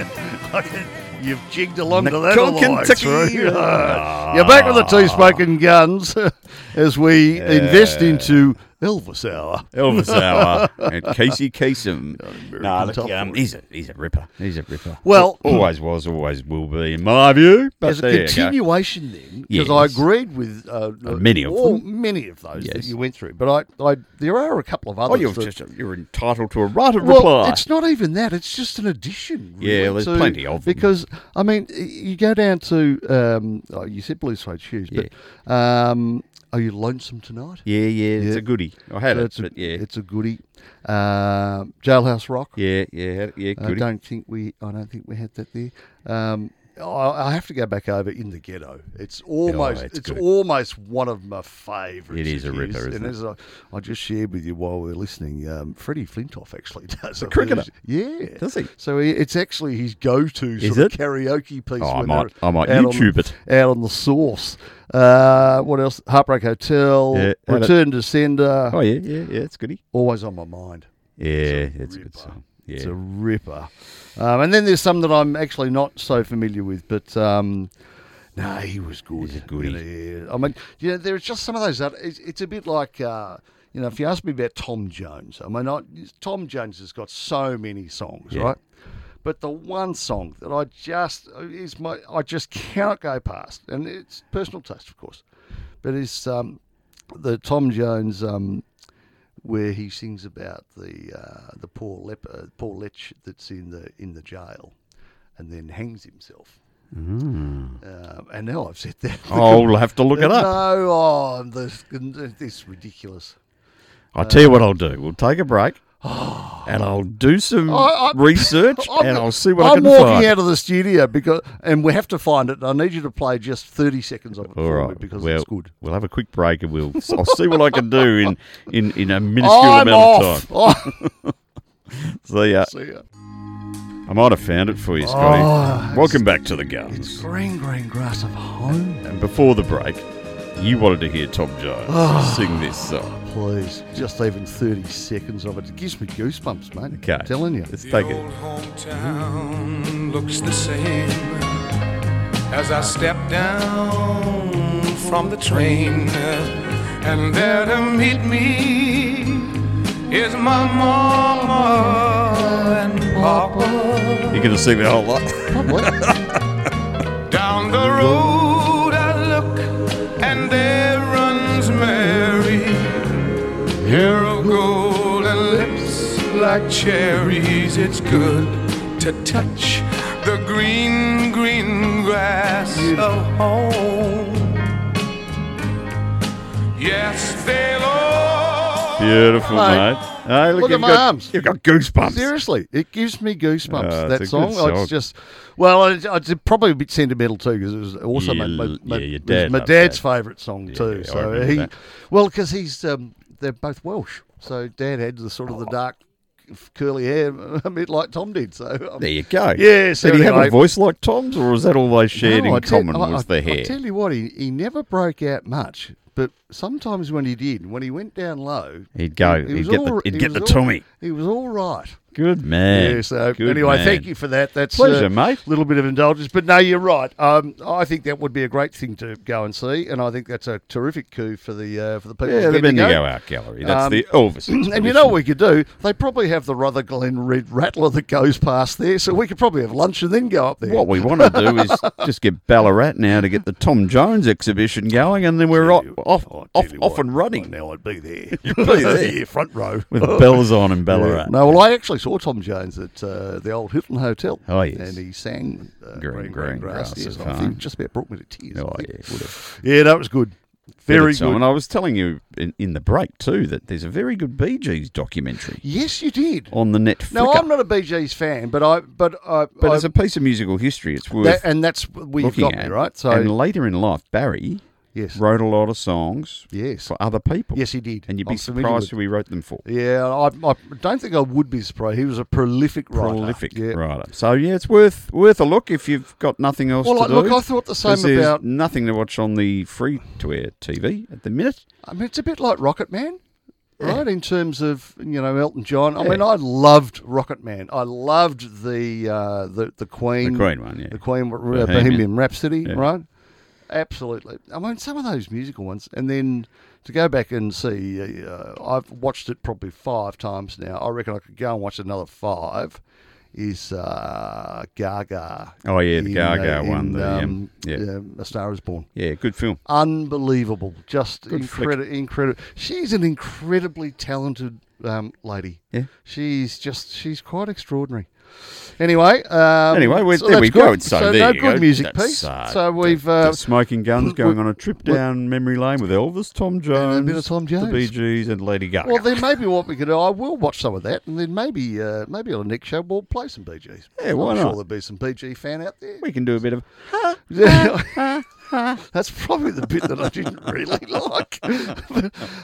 B: Rain.
A: You've jigged along to that
B: Nicole
A: all the way
B: Kentucky.
A: through. (laughs) You're back
B: Ah.
A: with the two smoking guns (laughs) as we invest into Elvis Hour.
B: (laughs) Elvis Hour and Casey Kasem. Nah, look,
A: tough
B: um,
A: boy.
B: he's a he's a ripper. He's a ripper.
A: Well-
B: always was, always will be, in my view. But
A: As a
B: there you go.
A: continuation, then, because
B: Yes.
A: I agreed with uh,
B: many of
A: all, many of those that
B: Yes.
A: you went through, but I, I there are a couple of others.
B: Oh, you're
A: that-
B: just you're entitled to a right of
A: well,
B: reply.
A: it's not even that; it's just an addition.
B: Yeah,
A: really,
B: there's
A: to-
B: plenty of them.
A: Because I mean, y- you go down to um, oh, you said blue suede shoes, but um, are you lonesome tonight?
B: yeah, yeah, it's
A: Yeah.
B: a goodie. I had
A: So
B: it,
A: it's, a,
B: but yeah,
A: it's a goodie. Um Jailhouse Rock.
B: yeah, yeah, had it, yeah,
A: I
B: goodie.
A: don't think we. I don't think we had that there. Um, I I have to go back over in the ghetto. It's almost
B: it's
A: it's,
B: good.
A: almost one of my favourites.
B: It is
A: of
B: a ripper,
A: his.
B: isn't
A: and
B: it?
A: as I, I just shared with you while we were listening, um, Freddie Flintoff actually (laughs) does a
B: cricketer?
A: version- Yeah,
B: Does he?
A: So he, it's actually his go-to
B: Is
A: sort of
B: it?
A: karaoke piece.
B: Oh, I
A: when
B: might-
A: they're
B: I might
A: out on-
B: YouTube it.
A: out on the source. Uh, what else? Heartbreak Hotel,
B: Yeah, had it.
A: Return to Sender,
B: Oh yeah, yeah, yeah. It's goody.
A: always on my mind.
B: Yeah, it's, a good
A: ripper.
B: song. Yeah,
A: It's a ripper. Um, and then there's some that I'm actually not so familiar with, but um, no, he was good.
B: He's a goodie.
A: Really, yeah. I mean, you know, there's just some of those. That, it's, it's a bit like, uh, you know, if you ask me about Tom Jones, I mean, I, Tom Jones has got so many songs,
B: Yeah.
A: right? But the one song that I just is my I just cannot go past, and it's personal taste, of course, but it's um, the Tom Jones um, where he sings about the uh, the poor leper, poor lech that's in the in the jail, and then hangs himself. Um, and now I've said that.
B: (laughs) I'll have to look it Mm. Oh, up.
A: No, oh, this, this is ridiculous.
B: I'll tell you what I'll do. We'll take a
A: (sighs)
B: break, and I'll do some
A: I- I-
B: research, and I'll see what
A: (laughs)
B: i
A: I'm
B: can
A: walking
B: find.
A: out of the studio because, and we have to find it. I need you to play just 30 seconds of it
B: All
A: for me
B: right,
A: because
B: well,
A: it's good.
B: We'll have a quick break, and we'll I'll see what I can do in in in a minuscule
A: I'm
B: amount
A: off.
B: of
A: (laughs) Oh,
B: time. So yeah,
A: see ya.
B: I might have found it for you, Scotty.
A: Ah,
B: Welcome back to the gardens.
A: Green, green grass of home.
B: And before the break, you wanted to hear Tom Jones
A: Ah.
B: sing this song.
A: Please, just even 30 seconds of it. It gives me goosebumps, mate.
B: Okay,
A: I'm telling you.
B: let's
C: The
B: take
C: old
B: it.
C: hometown looks the same as I step down from the train, and there to meet me is my mama and papa.
B: You're gonna sing the whole
A: (laughs)
B: lot.
C: Down the road I look, and there runs Mary, hair of gold and lips like cherries. It's good to touch the green, green grass of home. Yes, they'll all.
B: Beautiful,
A: Mate,
B: mate. Hey,
A: look at
B: you've
A: my
B: got-
A: arms.
B: You've got goosebumps.
A: Seriously, it gives me goosebumps.
B: Ah,
A: that
B: it's a
A: song.
B: good
A: It's
B: song.
A: just, well, it's, it's probably a bit sentimental too because it was also my, my,
B: Yeah,
A: my,
B: yeah, your
A: it was
B: dad
A: my
B: loved
A: dad's
B: that.
A: favourite song too.
B: yeah, I
A: so
B: remember
A: he,
B: that.
A: well, because he's um, they're both Welsh, so dad had the sort of the dark curly hair (laughs) a bit like Tom did. So um,
B: There you go.
A: Yeah, so
B: Did he have
A: anyway-
B: a voice like Tom's, or was that all they shared
A: No,
B: in
A: I tell-
B: common
A: I-
B: was
A: I,
B: the hair?
A: I tell you what, he, he never broke out much, but sometimes when he did, when he went down low,
B: He'd go.
A: he
B: Oh,
A: was
B: He'd get the.
A: all-
B: He'd
A: he
B: get the
A: was all-
B: tummy.
A: He was all right.
B: Good man.
A: Yeah, so
B: Good
A: anyway,
B: man.
A: thank you for that. That's
B: Pleasure,
A: uh,
B: mate.
A: little bit of indulgence, but no, you're right. Um, I think that would be a great thing to go and see, and I think that's a terrific coup for the uh, for the people.
B: Yeah,
A: of
B: the
A: Bendigo.
B: Bendigo Art Gallery. That's
A: Um,
B: the Elvis.
A: And you know
B: exhibition.
A: what we could do? They probably have the Rutherglen Red Rattler that goes past there, so we could probably have lunch and then go up there.
B: What we want to do
A: (laughs)
B: is just get Ballarat now to get the Tom Jones exhibition going, and then we're off, off,
A: I'll tell
B: off,
A: you
B: off
A: what,
B: and running
A: Now I'd be
B: (laughs)
A: there.
B: be there.
A: (laughs) yeah, front row.
B: with bells
A: (laughs)
B: on in Ballarat.
A: No, well, I actually saw Tom Jones at uh, the old Hilton Hotel.
B: Oh, yes.
A: And he sang uh,
B: Green,
A: Green,
B: green
A: Grass.
B: grass
A: yes,
B: is
A: I
B: fine.
A: think just about brought me to tears. I
B: Oh, yeah,
A: think.
B: it would've.
A: yeah, that was good. Very
B: Good song.
A: good.
B: And I was telling you in, in the break too that there's a very good Bee Gees documentary
A: Yes, you did.
B: on the Netflix.
A: Now, I'm not a BG's fan, but I. But, I,
B: but
A: I,
B: as a piece of musical history, it's worth
A: that, and that's where you've
B: looking
A: got
B: at.
A: me, right? So,
B: and later in life, Barry
A: yes.
B: wrote a lot of songs
A: Yes.
B: for other people.
A: Yes, he Oh, did.
B: And you'd be
A: I'm familiar
B: surprised
A: with
B: who he wrote them for.
A: Yeah, I, I don't think I would be surprised. He was a prolific writer.
B: prolific
A: Yeah.
B: writer. So yeah, it's worth worth a look if you've got nothing else
A: Well,
B: to
A: I-
B: do.
A: look, I thought the same
B: 'Cause there's
A: about-
B: nothing to watch on the free to air TV at the minute.
A: I mean, it's a bit like Rocket Man, right? In terms of you know Elton John. I
B: Yeah.
A: mean, I loved Rocket Man. I loved the uh, the the Queen,
B: The Queen one, yeah.
A: the Queen uh, Bohemian,
B: Bohemian
A: Rhapsody,
B: Yeah.
A: right? Absolutely. I mean, some of those musical ones, and then to go back and see, uh, I've watched it probably five times now. I reckon I could go and watch another five. Is uh, Gaga?
B: Oh, yeah, the
A: in,
B: Gaga one,
A: in,
B: the, um,
A: um,
B: yeah.
A: uh, A Star Is Born
B: Yeah, good film.
A: unbelievable. Just
B: flick.
A: incredible. Incredible. She's an incredibly talented um, lady.
B: Yeah.
A: She's just she's quite extraordinary. Anyway, um,
B: Anyway, we-
A: so
B: there we
A: that's good.
B: go. So,
A: So
B: there
A: no
B: you
A: good
B: go.
A: music
B: That's,
A: piece.
B: uh,
A: so we've
B: the
A: uh,
B: Smoking Guns
A: we-
B: going on a trip down memory lane with Elvis, Tom Jones,
A: bit of Tom Jones.
B: the Bee Gees, and Lady Gaga.
A: well, then maybe what we could do, I will watch some of that, and then maybe uh, maybe on the next show we'll play some BGs.
B: Yeah, why
A: I'm
B: not?
A: Sure, there'll be some BG fan out
B: (laughs)
A: there.
B: we can do a bit of.
A: That's probably the bit that I didn't really (laughs) like. (laughs)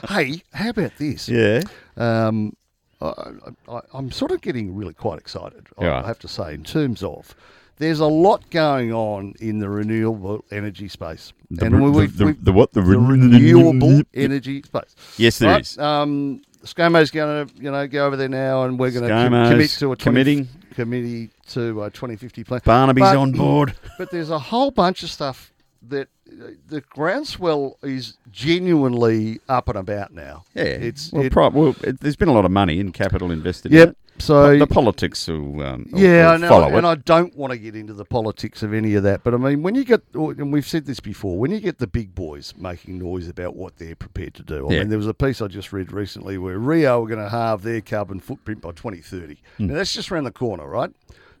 A: hey, how about this?
B: Yeah.
A: Um, I, I, I'm sort of getting really quite excited, I-
B: Yeah.
A: I have to say, in terms of there's a lot going on in the renewable energy space.
B: re-
A: we-
B: the-
A: we-
B: the- the what? The re- (laughs)
A: renewable energy space.
B: Yes, there
A: there
B: is.
A: is. Um, ScoMo's going to you know go over there now, and we're going to
B: ScoMo's
A: commit to a 20,
B: committing.
A: committee to a 2050 plan.
B: Barnaby's
A: But-
B: on board.
A: (laughs) but there's a whole bunch of stuff that uh, the groundswell is genuinely up and about now.
B: Yeah.
A: it's
B: well,
A: it-
B: pro- well, it- there's been a lot of money and capital invested in
A: Yep.
B: it.
A: So
B: the politics will, um, will-
A: yeah,
B: will
A: I know,
B: follow it.
A: and I don't want to get into the politics of any of that. But I mean, when you get, and we've said this before, when you get the big boys making noise about what they're prepared to do. I
B: Yeah.
A: mean, there was a piece I just read recently where Rio were going to halve their carbon footprint by 2030.
B: Hmm.
A: Now that's just around the corner, right?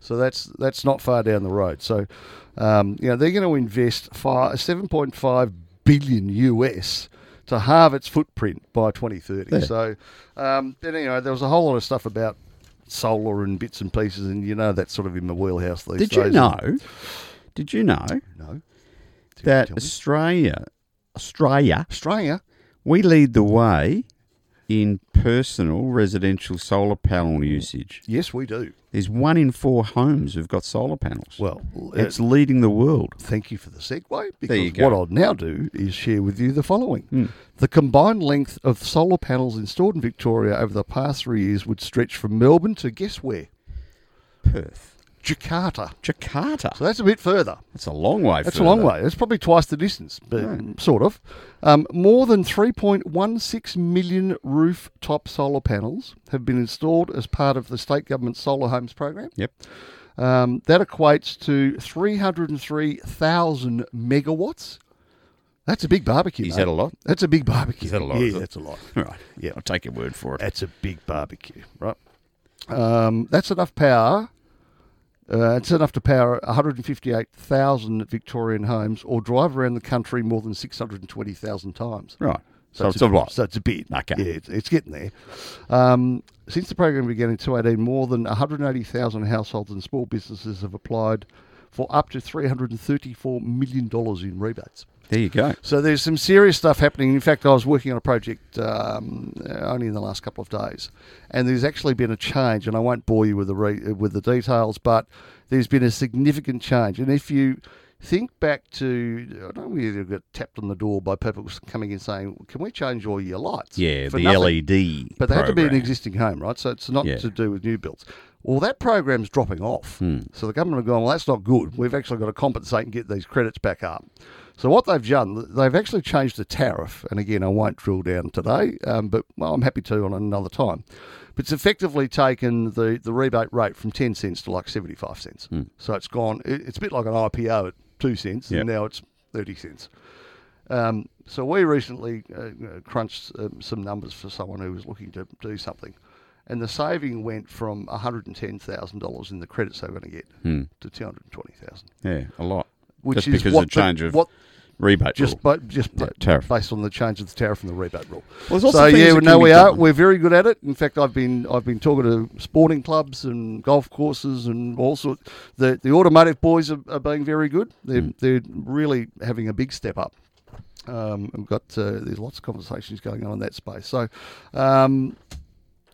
A: So that's that's not far down the road. So, um, you know, they're going to invest five, 7.5 billion US to halve its footprint by 2030. So, um, but anyway, there was a whole lot of stuff about solar and bits and pieces, and you know that's sort of in my wheelhouse these
B: Did
A: days.
B: you know? Did you know
A: No.
B: that
A: tell me.
B: Australia, Australia,
A: Australia.
B: we lead the way in personal residential solar panel usage?
A: Yes, we do.
B: There's one in four homes who've got solar panels.
A: Well, uh,
B: it's leading the world.
A: thank you for the segue
B: There you
A: because
B: go. Hmm.
A: what I'll now do is share with you the following. The combined length of solar panels installed in Victoria over the past three years would stretch from Melbourne to guess where?
B: Perth,
A: Jakarta.
B: Jakarta.
A: So that's a bit further.
B: That's a long way.
A: That's
B: further. Hmm.
A: a long way. It's probably twice the distance, but sort of. Um, more than 3.16 million rooftop solar panels have been installed as part of the state government's solar homes program.
B: Yep.
A: Um, that equates to 303,000 megawatts. That's a big barbecue.
B: Is
A: mate.
B: that a lot?
A: That's a big barbecue.
B: Is that a lot,
A: Yeah,
B: is it?
A: that's a lot.
B: (laughs) Right.
A: Yeah.
B: I'll take your word for it.
A: That's a big barbecue, right? Um, that's enough power. Uh, it's enough to power 158,000 Victorian homes or drive around the country more than 620,000 times.
B: Right. So,
A: it's
B: it's a lot.
A: So it's a bit.
B: Okay.
A: Yeah, it's, it's getting there. Um, since the program began in 2018, more than 180,000 households and small businesses have applied for up to $334 million in rebates.
B: There you go.
A: So there's some serious stuff happening. In fact, I was working on a project um, uh, only in the last couple of days, and there's actually been a change. And I won't bore you with the re- uh, with the details, but there's been a significant change. And if you think back to, I don't know, we either got tapped on the door by people coming in saying, "Can we change all your lights?"
B: Yeah,
A: for
B: the E
A: nothing?"
B: LED.
A: But they had to be an
B: program.
A: existing home, right? So it's not
B: Yeah.
A: to do with new builds. Well, that program's dropping off.
B: Hmm.
A: So the government have gone, well, that's not good. We've actually got to compensate and get these credits back up. So what they've done, they've actually changed the tariff. And again, I won't drill down today, um, but well, I'm happy to on another time. But it's effectively taken the, the rebate rate from 10 cents to like 75 cents.
B: Hmm.
A: So it's gone, it- it's a bit like an IPO at 2 cents,
B: Yep.
A: and now it's 30 cents. Um, so we recently uh, you know, crunched um, some numbers for someone who was looking to do something, and the saving went from one hundred and ten thousand dollars in the credits they were going to get to two hundred and twenty thousand,
B: Yeah, a lot.
A: which
B: Hmm. Just
A: is
B: because
A: what
B: of the change of
A: what
B: rebate
A: just
B: rule.
A: bu- just bu-
B: tariff.
A: based on the change of the tariff and the rebate rule.
B: Well, there's lots
A: so
B: of things
A: yeah,
B: that
A: no,
B: can be
A: we are
B: done.
A: we're very good at it. In fact, I've been I've been talking to sporting clubs and golf courses and all sorts. The the automotive boys are, are being very good. They're
B: Mm.
A: they're really having a big step up. Um, we've got uh, there's lots of conversations going on in that space. So um,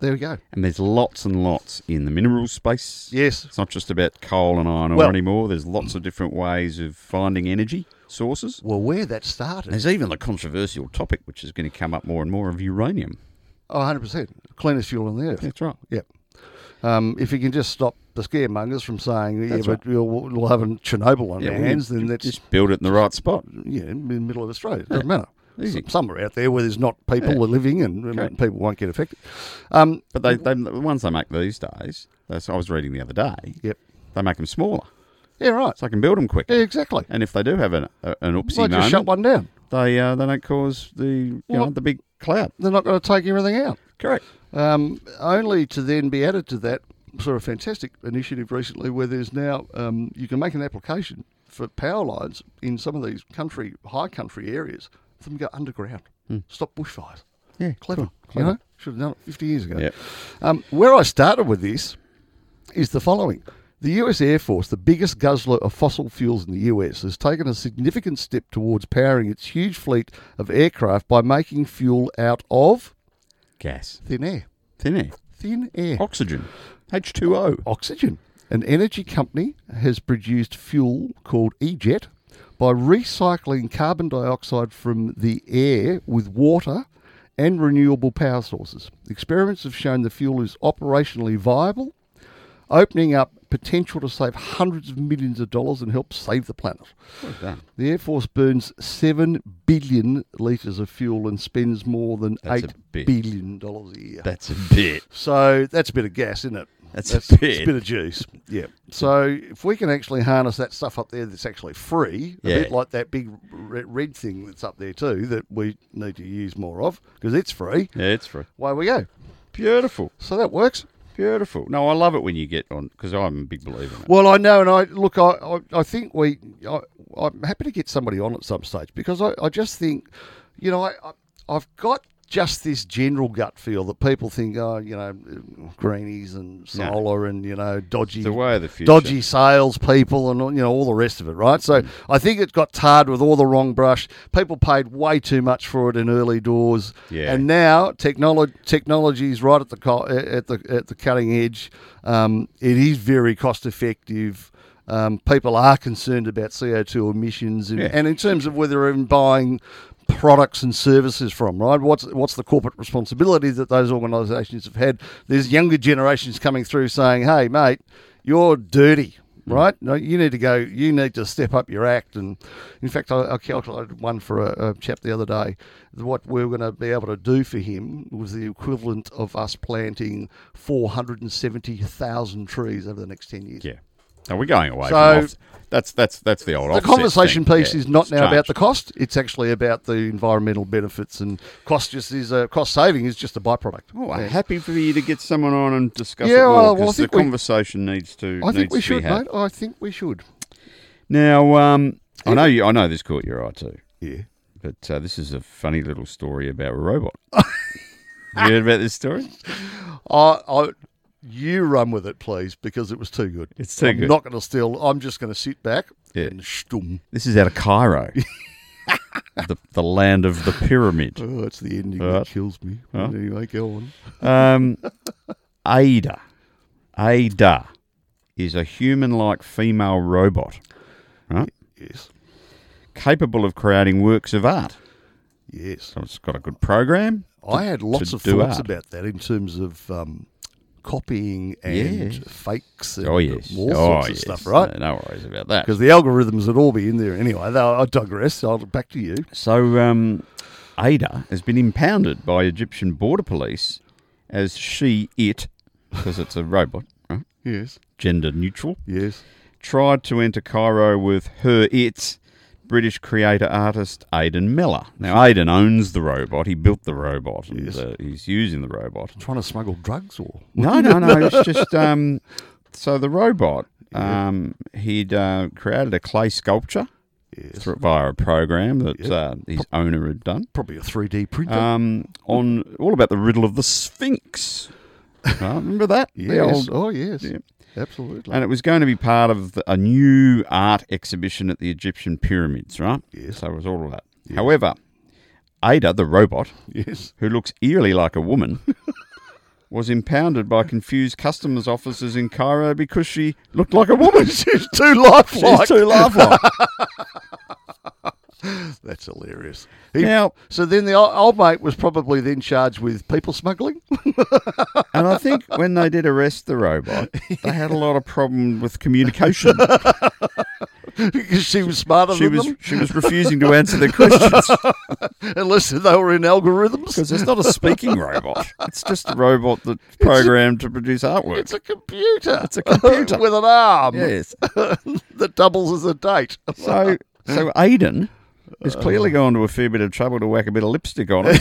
A: there we go.
B: And there's lots and lots in the mineral space.
A: Yes.
B: It's not just about coal and iron ore
A: Well-
B: anymore. There's lots of different ways of finding energy sources.
A: Well, where that started.
B: There's even the controversial topic, which is going to come up more and more, of uranium.
A: Oh, 100%. Cleanest fuel on the earth.
B: That's right.
A: Yep. Um, if you can just stop the scaremongers from saying, yeah,
B: That's
A: but we'll, we'll have a Chernobyl on
B: Yeah,
A: our
B: well, you-
A: hands, then that's
B: Just build it in the right spot.
A: yeah, in the middle of Australia. It doesn't matter.
B: easy.
A: S- Somewhere out there where there's not people
B: Yeah.
A: are living and, and
B: Correct.
A: people won't get affected. Um,
B: But they, they, the ones they make these days, that's I was reading the other day,
A: yep.
B: they make them smaller
A: Yeah, right.
B: so I can build them quicker.
A: Yeah, exactly.
B: And if they do have an, a, an oopsie
A: Might just shut
B: moment,
A: one down.
B: they, uh, they don't cause the, you
A: Well,
B: know, the big cloud.
A: They're not going to take everything out.
B: Correct.
A: Um, only to then be added to that saw a fantastic initiative recently where there's now um, you can make an application for power lines in some of these country high country areas. Them go underground, stop bushfires.
B: Hmm. Yeah,
A: clever.
B: cool, clever.
A: You know, should have done it 50 years ago.
B: Yep.
A: Um, where I started with this is the following. The US Air Force, the biggest guzzler of fossil fuels in the US, has taken a significant step towards powering its huge fleet of aircraft by making fuel out of
B: Gas.
A: thin air.
B: Thin air.
A: Thin air.
B: Oxygen. H2O.
A: Oxygen. An energy company has produced fuel called E-Jet by recycling carbon dioxide from the air with water and renewable power sources. Experiments have shown the fuel is operationally viable, opening up potential to save hundreds of millions of dollars and help save the planet.
B: Well done.
A: The Air Force burns 7 billion litres of fuel and spends more than
B: That's a
A: $8
B: bit.
A: billion dollars a year.
B: That's a bit.
A: So that's a bit of gas, isn't it?
B: That's a bit.
A: it's a bit of juice. Yeah. So if we can actually harness that stuff up there that's actually free, a
B: Yeah.
A: bit like that big re- red thing that's up there too that we need to use more of because it's free,
B: Yeah, it's free.
A: away we go.
B: Beautiful.
A: So that works.
B: Beautiful. No, I love it when you get on because I'm a big believer in it.
A: Well, I know, and I look, I, I, I think we, I, I'm happy to get somebody on at some stage because I, I just think, you know, I, I, I've got just this general gut feel that people think, oh, you know, greenies and
B: No.
A: solar and, you know, dodgy.
B: the way of the future.
A: dodgy salespeople and you know all the rest of it, right? So I think it got tarred with all the wrong brush. People paid way too much for it in early doors,
B: Yeah.
A: and now technology technology is right at the co- at the at the cutting edge. Um, it is very cost effective. Um, people are concerned about CO two emissions, and,
B: Yeah.
A: and in terms of whether they're even buying products and services from right what's what's the corporate responsibility that those organisations have had there's younger generations coming through saying hey mate you're dirty right no you need to go you need to step up your act and in fact i, I calculated one for a, a chap the other day what we we're going to be able to do for him was the equivalent of us planting 470,000 trees over the next 10 years
B: Yeah. No, we're going away.
A: So-
B: from off- that's that's that's the old.
A: the
B: offset
A: conversation
B: thing.
A: piece
B: Yeah,
A: is not
B: it's
A: now about
B: changed.
A: the cost. It's actually about the environmental benefits and cost. Just is a cost saving is just a byproduct.
B: Oh,
A: Yeah.
B: I'm happy for you to get someone on and discuss
A: Yeah,
B: it
A: well,
B: more
A: well, I
B: because the
A: think we-
B: conversation needs to.
A: I think
B: needs
A: we
B: to
A: should,
B: be had.
A: mate. I think we should.
B: Now, um, I know you. I know this caught your eye too,
A: Yeah.
B: but uh, this is a funny little story about a robot. (laughs) you heard about this story?
A: I, I, you run with it, please, because it was too good.
B: It's too
A: I'm
B: good.
A: not going to steal. I'm just going to sit back
B: Yeah.
A: and shtum.
B: This is out
A: (laughs)
B: of Cairo, the the land of the pyramid.
A: Oh, it's the ending
B: Right.
A: that kills me.
B: Huh?
A: Anyway, go on.
B: Um, Ada, Ada, is a human-like female robot
A: Yes.
B: capable of creating works of art.
A: Yes.
B: So it's got a good program.
A: I had lots
B: to
A: of
B: do
A: thoughts
B: art.
A: about that in terms of um, copying and
B: Yes.
A: fakes and
B: Oh yes,
A: all
B: oh
A: sorts of
B: yes.
A: stuff, right?
B: No, no worries about that.
A: because the algorithms would all be in there anyway. Though I digress. I'll back to you.
B: So, um, Ada has been impounded by Egyptian border police as she, it, because it's a robot, right?
A: Yes,
B: gender neutral,
A: yes.
B: tried to enter Cairo with her, it, British creator artist Aidan Meller. Now, Aidan owns the robot. He built the robot and
A: Yes.
B: uh, he's using the robot.
A: (laughs) Trying to smuggle drugs or
B: No, no, no. It's just um, so the robot, um, he'd uh, created a clay sculpture
A: yes,
B: through, via a program that
A: Yep.
B: uh, his owner had done.
A: probably a three D printer.
B: um, on all about the riddle of
A: (laughs)
B: the Sphinx. Right, remember that? The
A: yes.
B: old-
A: oh yes.
B: yeah.
A: Absolutely.
B: and it was going to be part of the, a new art exhibition at the Egyptian pyramids, right?
A: Yes.
B: So it was all of that. However, Ada, the robot,
A: yes.
B: who looks eerily like a (laughs) woman, was impounded by confused customs officers in Cairo because she looked like a woman. (laughs)
A: She's too lifelike.
B: She's too lifelike.
A: That's hilarious. He-
B: (laughs) now,
A: so then the old, old mate was probably then charged with people smuggling. (laughs)
B: And I think when they did arrest the robot, they had a lot of problem with (laughs) communication.
A: because she was smarter
B: she
A: than
B: was
A: them.
B: she was refusing to answer their (laughs) questions
A: Unless they were in algorithms.
B: because it's not a speaking robot. It's just a robot that's programmed to produce artwork.
A: It's a computer. It's a
B: computer.
A: (laughs) with an arm
B: (laughs) yes.
A: that doubles as a date. (laughs)
B: So so Aiden has clearly gone to a fair bit of trouble to whack (laughs) a bit of lipstick on it.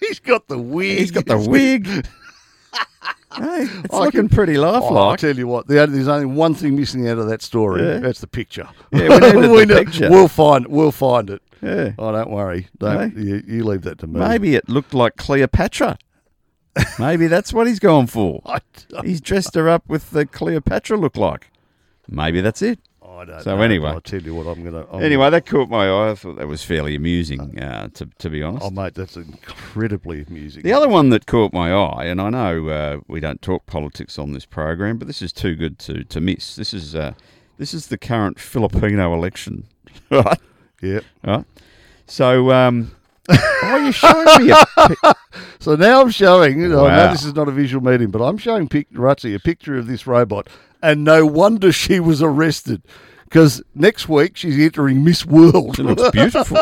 A: He's got the wig.
B: He's got the wig. (laughs) Hey, it's
A: I can-
B: looking pretty
A: Oh, I'll
B: lifelike.
A: tell you what, the only- there's only one thing missing out of that story.
B: Yeah.
A: That's the picture. (laughs)
B: Yeah, we needed the
A: know-
B: picture.
A: We'll find. We'll find it.
B: Yeah.
A: Oh, don't worry. Don't you, you leave that to me.
B: Maybe it looked like (laughs) Cleopatra. Maybe that's what he's going for.
A: (laughs) I don't,
B: He's dressed her up with the Cleopatra look like. Maybe that's it.
A: I don't
B: So
A: know.
B: anyway.
A: I'll tell you what. I'm gonna. I'm
B: Anyway, that caught my eye. I thought that was fairly amusing, uh, to, to be honest.
A: Oh, mate, that's incredibly amusing.
B: The other one that caught my eye, and I know uh, we don't talk politics on this program, but this is too good to, to miss. This is uh, this is the current Filipino election, (laughs) right?
A: Yep.
B: Right. So, um, why are you showing me? A,
A: So now I'm showing, you know, I
B: Wow.
A: know this is not a visual medium, but I'm showing Pic- Ratzi a picture of this robot, and no wonder she was arrested. Because next week she's entering Miss World. (laughs)
B: it looks beautiful.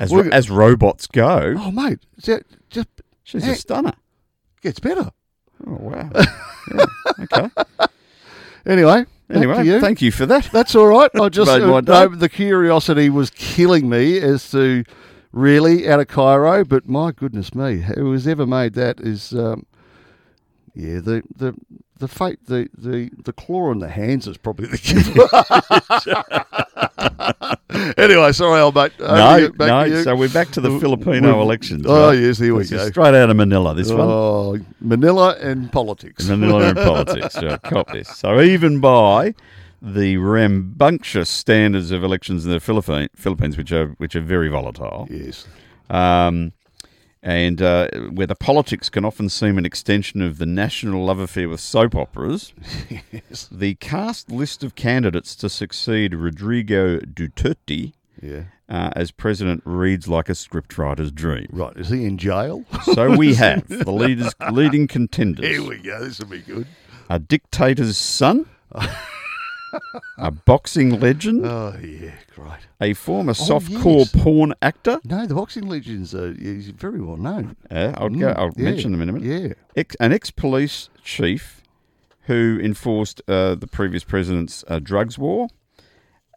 B: As, ro-
A: Look at-
B: as robots go,
A: oh, mate, ju- just
B: she's
A: Hey.
B: a stunner.
A: gets better.
B: Oh
A: (laughs)
B: wow! Yeah, okay.
A: Anyway, back
B: (laughs) Anyway,
A: to you.
B: thank you
A: (laughs)
B: for that.
A: That's all right. I just
B: Made my
A: uh,
B: day.
A: no, the curiosity was killing me as to really out of Cairo, but my goodness me, who's ever made that is um, yeah the the the fate the the the claw on the hands is probably the
B: (laughs)
A: key. anyway, sorry, old mate. Over to
B: No,
A: you, Oh, back to
B: no.
A: you.
B: So we're back to the Filipino
A: We've-
B: elections.
A: Oh
B: right?
A: yes, here we
B: This is
A: go.
B: Straight out of Manila, this one.
A: Oh, Manila and politics.
B: Manila in politics. Right, cop this. So even by the rambunctious standards of elections in the Philippine, Philippines, which are which are very volatile,
A: Yes. (laughs)
B: um, and uh, where the politics can often seem an extension of the national love affair with soap operas,
A: Yes.
B: the cast list of candidates to succeed Rodrigo Duterte
A: Yeah.
B: uh, as president reads like a scriptwriter's dream.
A: Right. Is he in jail? (laughs)
B: So we have the leaders, leading contenders.
A: Here we go. This will be good.
B: a dictator's son, a boxing legend,
A: Oh yeah, great.
B: a former softcore
A: Oh, yes.
B: porn actor.
A: No, the boxing legends are he's very well known. Mm,
B: Uh, I'll, go, I'll
A: yeah,
B: mention them in a minute.
A: Yeah.
B: Ex, an ex police chief who enforced uh, the previous president's uh, drugs war,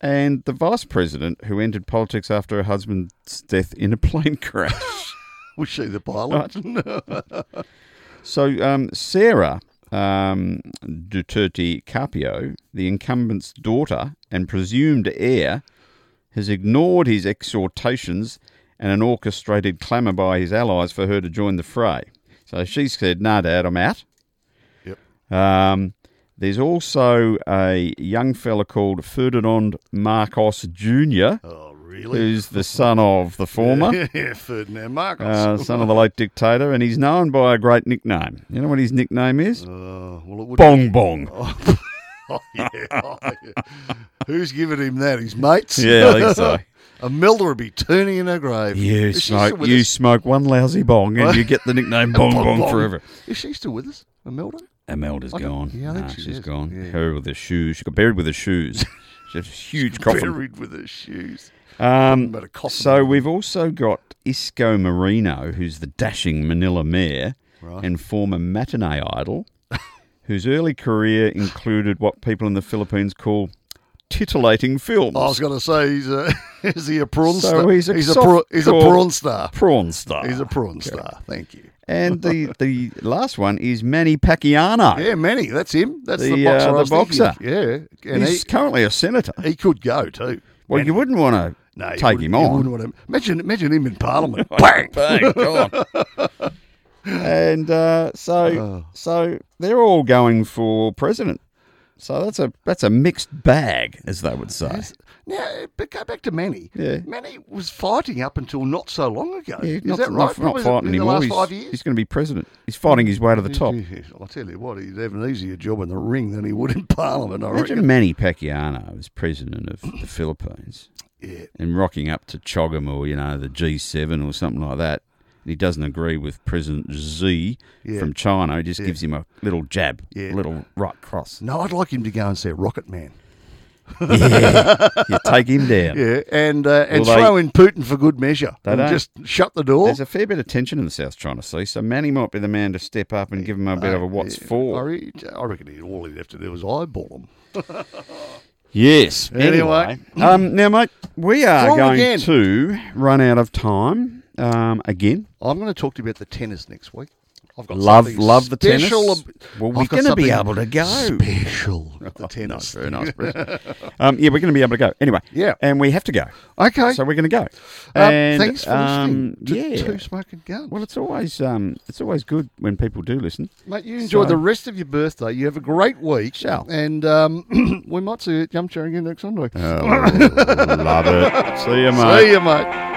B: and the vice president who entered politics after her husband's death in a (laughs) plane crash.
A: Was she the pilot?
B: So, um, Sarah um, Duterte Carpio, the incumbent's daughter and presumed heir, has ignored his exhortations and an orchestrated clamour by his allies for her to join the fray. So she said, "No, Dad, I'm out."
A: Yep.
B: Um, there's also a young fella called Ferdinand Marcos Jr.,
A: (laughs) Oh,
B: (laughs)
A: really?
B: who's the son of the former
A: (laughs) yeah, Ferdinand Marcos.
B: uh, son of the late dictator, and he's known by a great nickname. You know what his nickname is?
A: Oh, well, it would.
B: Bong Bong.
A: Oh, (laughs) yeah. Oh, yeah. Who's giving him that? His mates.
B: Yeah, I
A: (laughs)
B: think so.
A: Imelda would be turning in her grave.
B: You
A: (laughs) Is she still
B: smoke,
A: with
B: you
A: us?
B: smoke one lousy bong, and you get
A: (laughs)
B: the nickname Bong Bong, forever.
A: Is she still with us, Imelda?
B: Imelda's
A: I think-
B: gone.
A: yeah, I think
B: Nah,
A: she
B: she's
A: is.
B: gone.
A: Yeah.
B: Her with her shoes. She got buried with
A: (laughs)
B: her shoes. She had a huge coffin.
A: Buried with her shoes.
B: Um,
A: But a coffin.
B: so we've also got Isco Marino, who's the dashing Manila mayor
A: Right.
B: and former matinee idol, (laughs) whose early career included what people in the Philippines call titillating films.
A: I was going to say, he's a, (laughs) is he a prawn
B: So
A: star?
B: he's a
A: a, pra- he's a
B: soft- Ah,
A: prawn star.
B: prawn star.
A: He's a prawn star. Thank you. (laughs)
B: and the, the last one is Manny Pacquiao.
A: Yeah, Manny, that's him. That's the,
B: The,
A: boxer.
B: uh,
A: I
B: the
A: was thinking.
B: boxer.
A: Yeah, and
B: He's currently a senator.
A: he, he could go too.
B: Well, you wouldn't want to
A: No, you
B: take
A: wouldn't-
B: him
A: you
B: on.
A: wouldn't want him. Imagine, imagine him in Parliament. Bang!
B: (laughs) Bang, God. (laughs) and uh, so
A: Oh.
B: so they're all going for president. So that's a that's a mixed bag, as they would say.
A: Now, but go back to Manny.
B: Yeah.
A: Manny was fighting up until not so long ago.
B: Yeah,
A: Is that right?
B: Not, not
A: Probably
B: fighting
A: in
B: anymore.
A: the
B: he's
A: last five years.
B: he's going to be president. He's fighting his way to the top.
A: I'll tell you what, he'd have an easier job in the ring than he would in Parliament. I reckon.
B: Imagine Manny Pacquiao as president of
A: (clears throat)
B: the Philippines.
A: Yeah.
B: and rocking up to Chogam or you know the G7 or something like that. And he doesn't agree with President Xi
A: Yeah.
B: from China. He just gives him a little jab,
A: Yeah.
B: little right
A: (laughs)
B: cross.
A: No, I'd like him to go and see Rocket Man.
B: yeah, you take him down.
A: Yeah, and uh, and
B: Well, they-
A: throw in Putin for good measure.
B: They
A: and
B: don't-
A: just shut the door.
B: There's a fair bit of tension in the South China Sea, so Manny might be the man to step up and give him a bit of a what's
A: I,
B: for.
A: re- I reckon he, all he'd have to do was eyeball him.
B: Yes.
A: Anyway.
B: um, now mate, we are
A: Wrong
B: going
A: again.
B: to run out of time um, again.
A: I'm going to talk to you about the tennis next week. I've got
B: Love-
A: something
B: love the tennis?
A: special ab-
B: Well,
A: I've
B: we're
A: got
B: gonna be
A: something
B: able to go.
A: special. at The
B: Oh,
A: tennis.
B: nice, very nice, Bruce. (laughs) um, yeah, we're going to be able to go anyway.
A: Yeah.
B: and we have to go.
A: Okay.
B: So we're going to go.
A: Um,
B: And,
A: thanks for listening
B: um,
A: to
B: yeah.
A: Two Smoking Guns.
B: Well, it's always um, it's always good when people
A: (laughs)
B: do listen.
A: Mate, you enjoy
B: So-
A: the rest of your birthday. You have a great week.
B: Shall.
A: And um, (clears throat) we might see you at Jump Sharing again next Sunday.
B: love Oh, it. See you, mate.
A: See you, mate.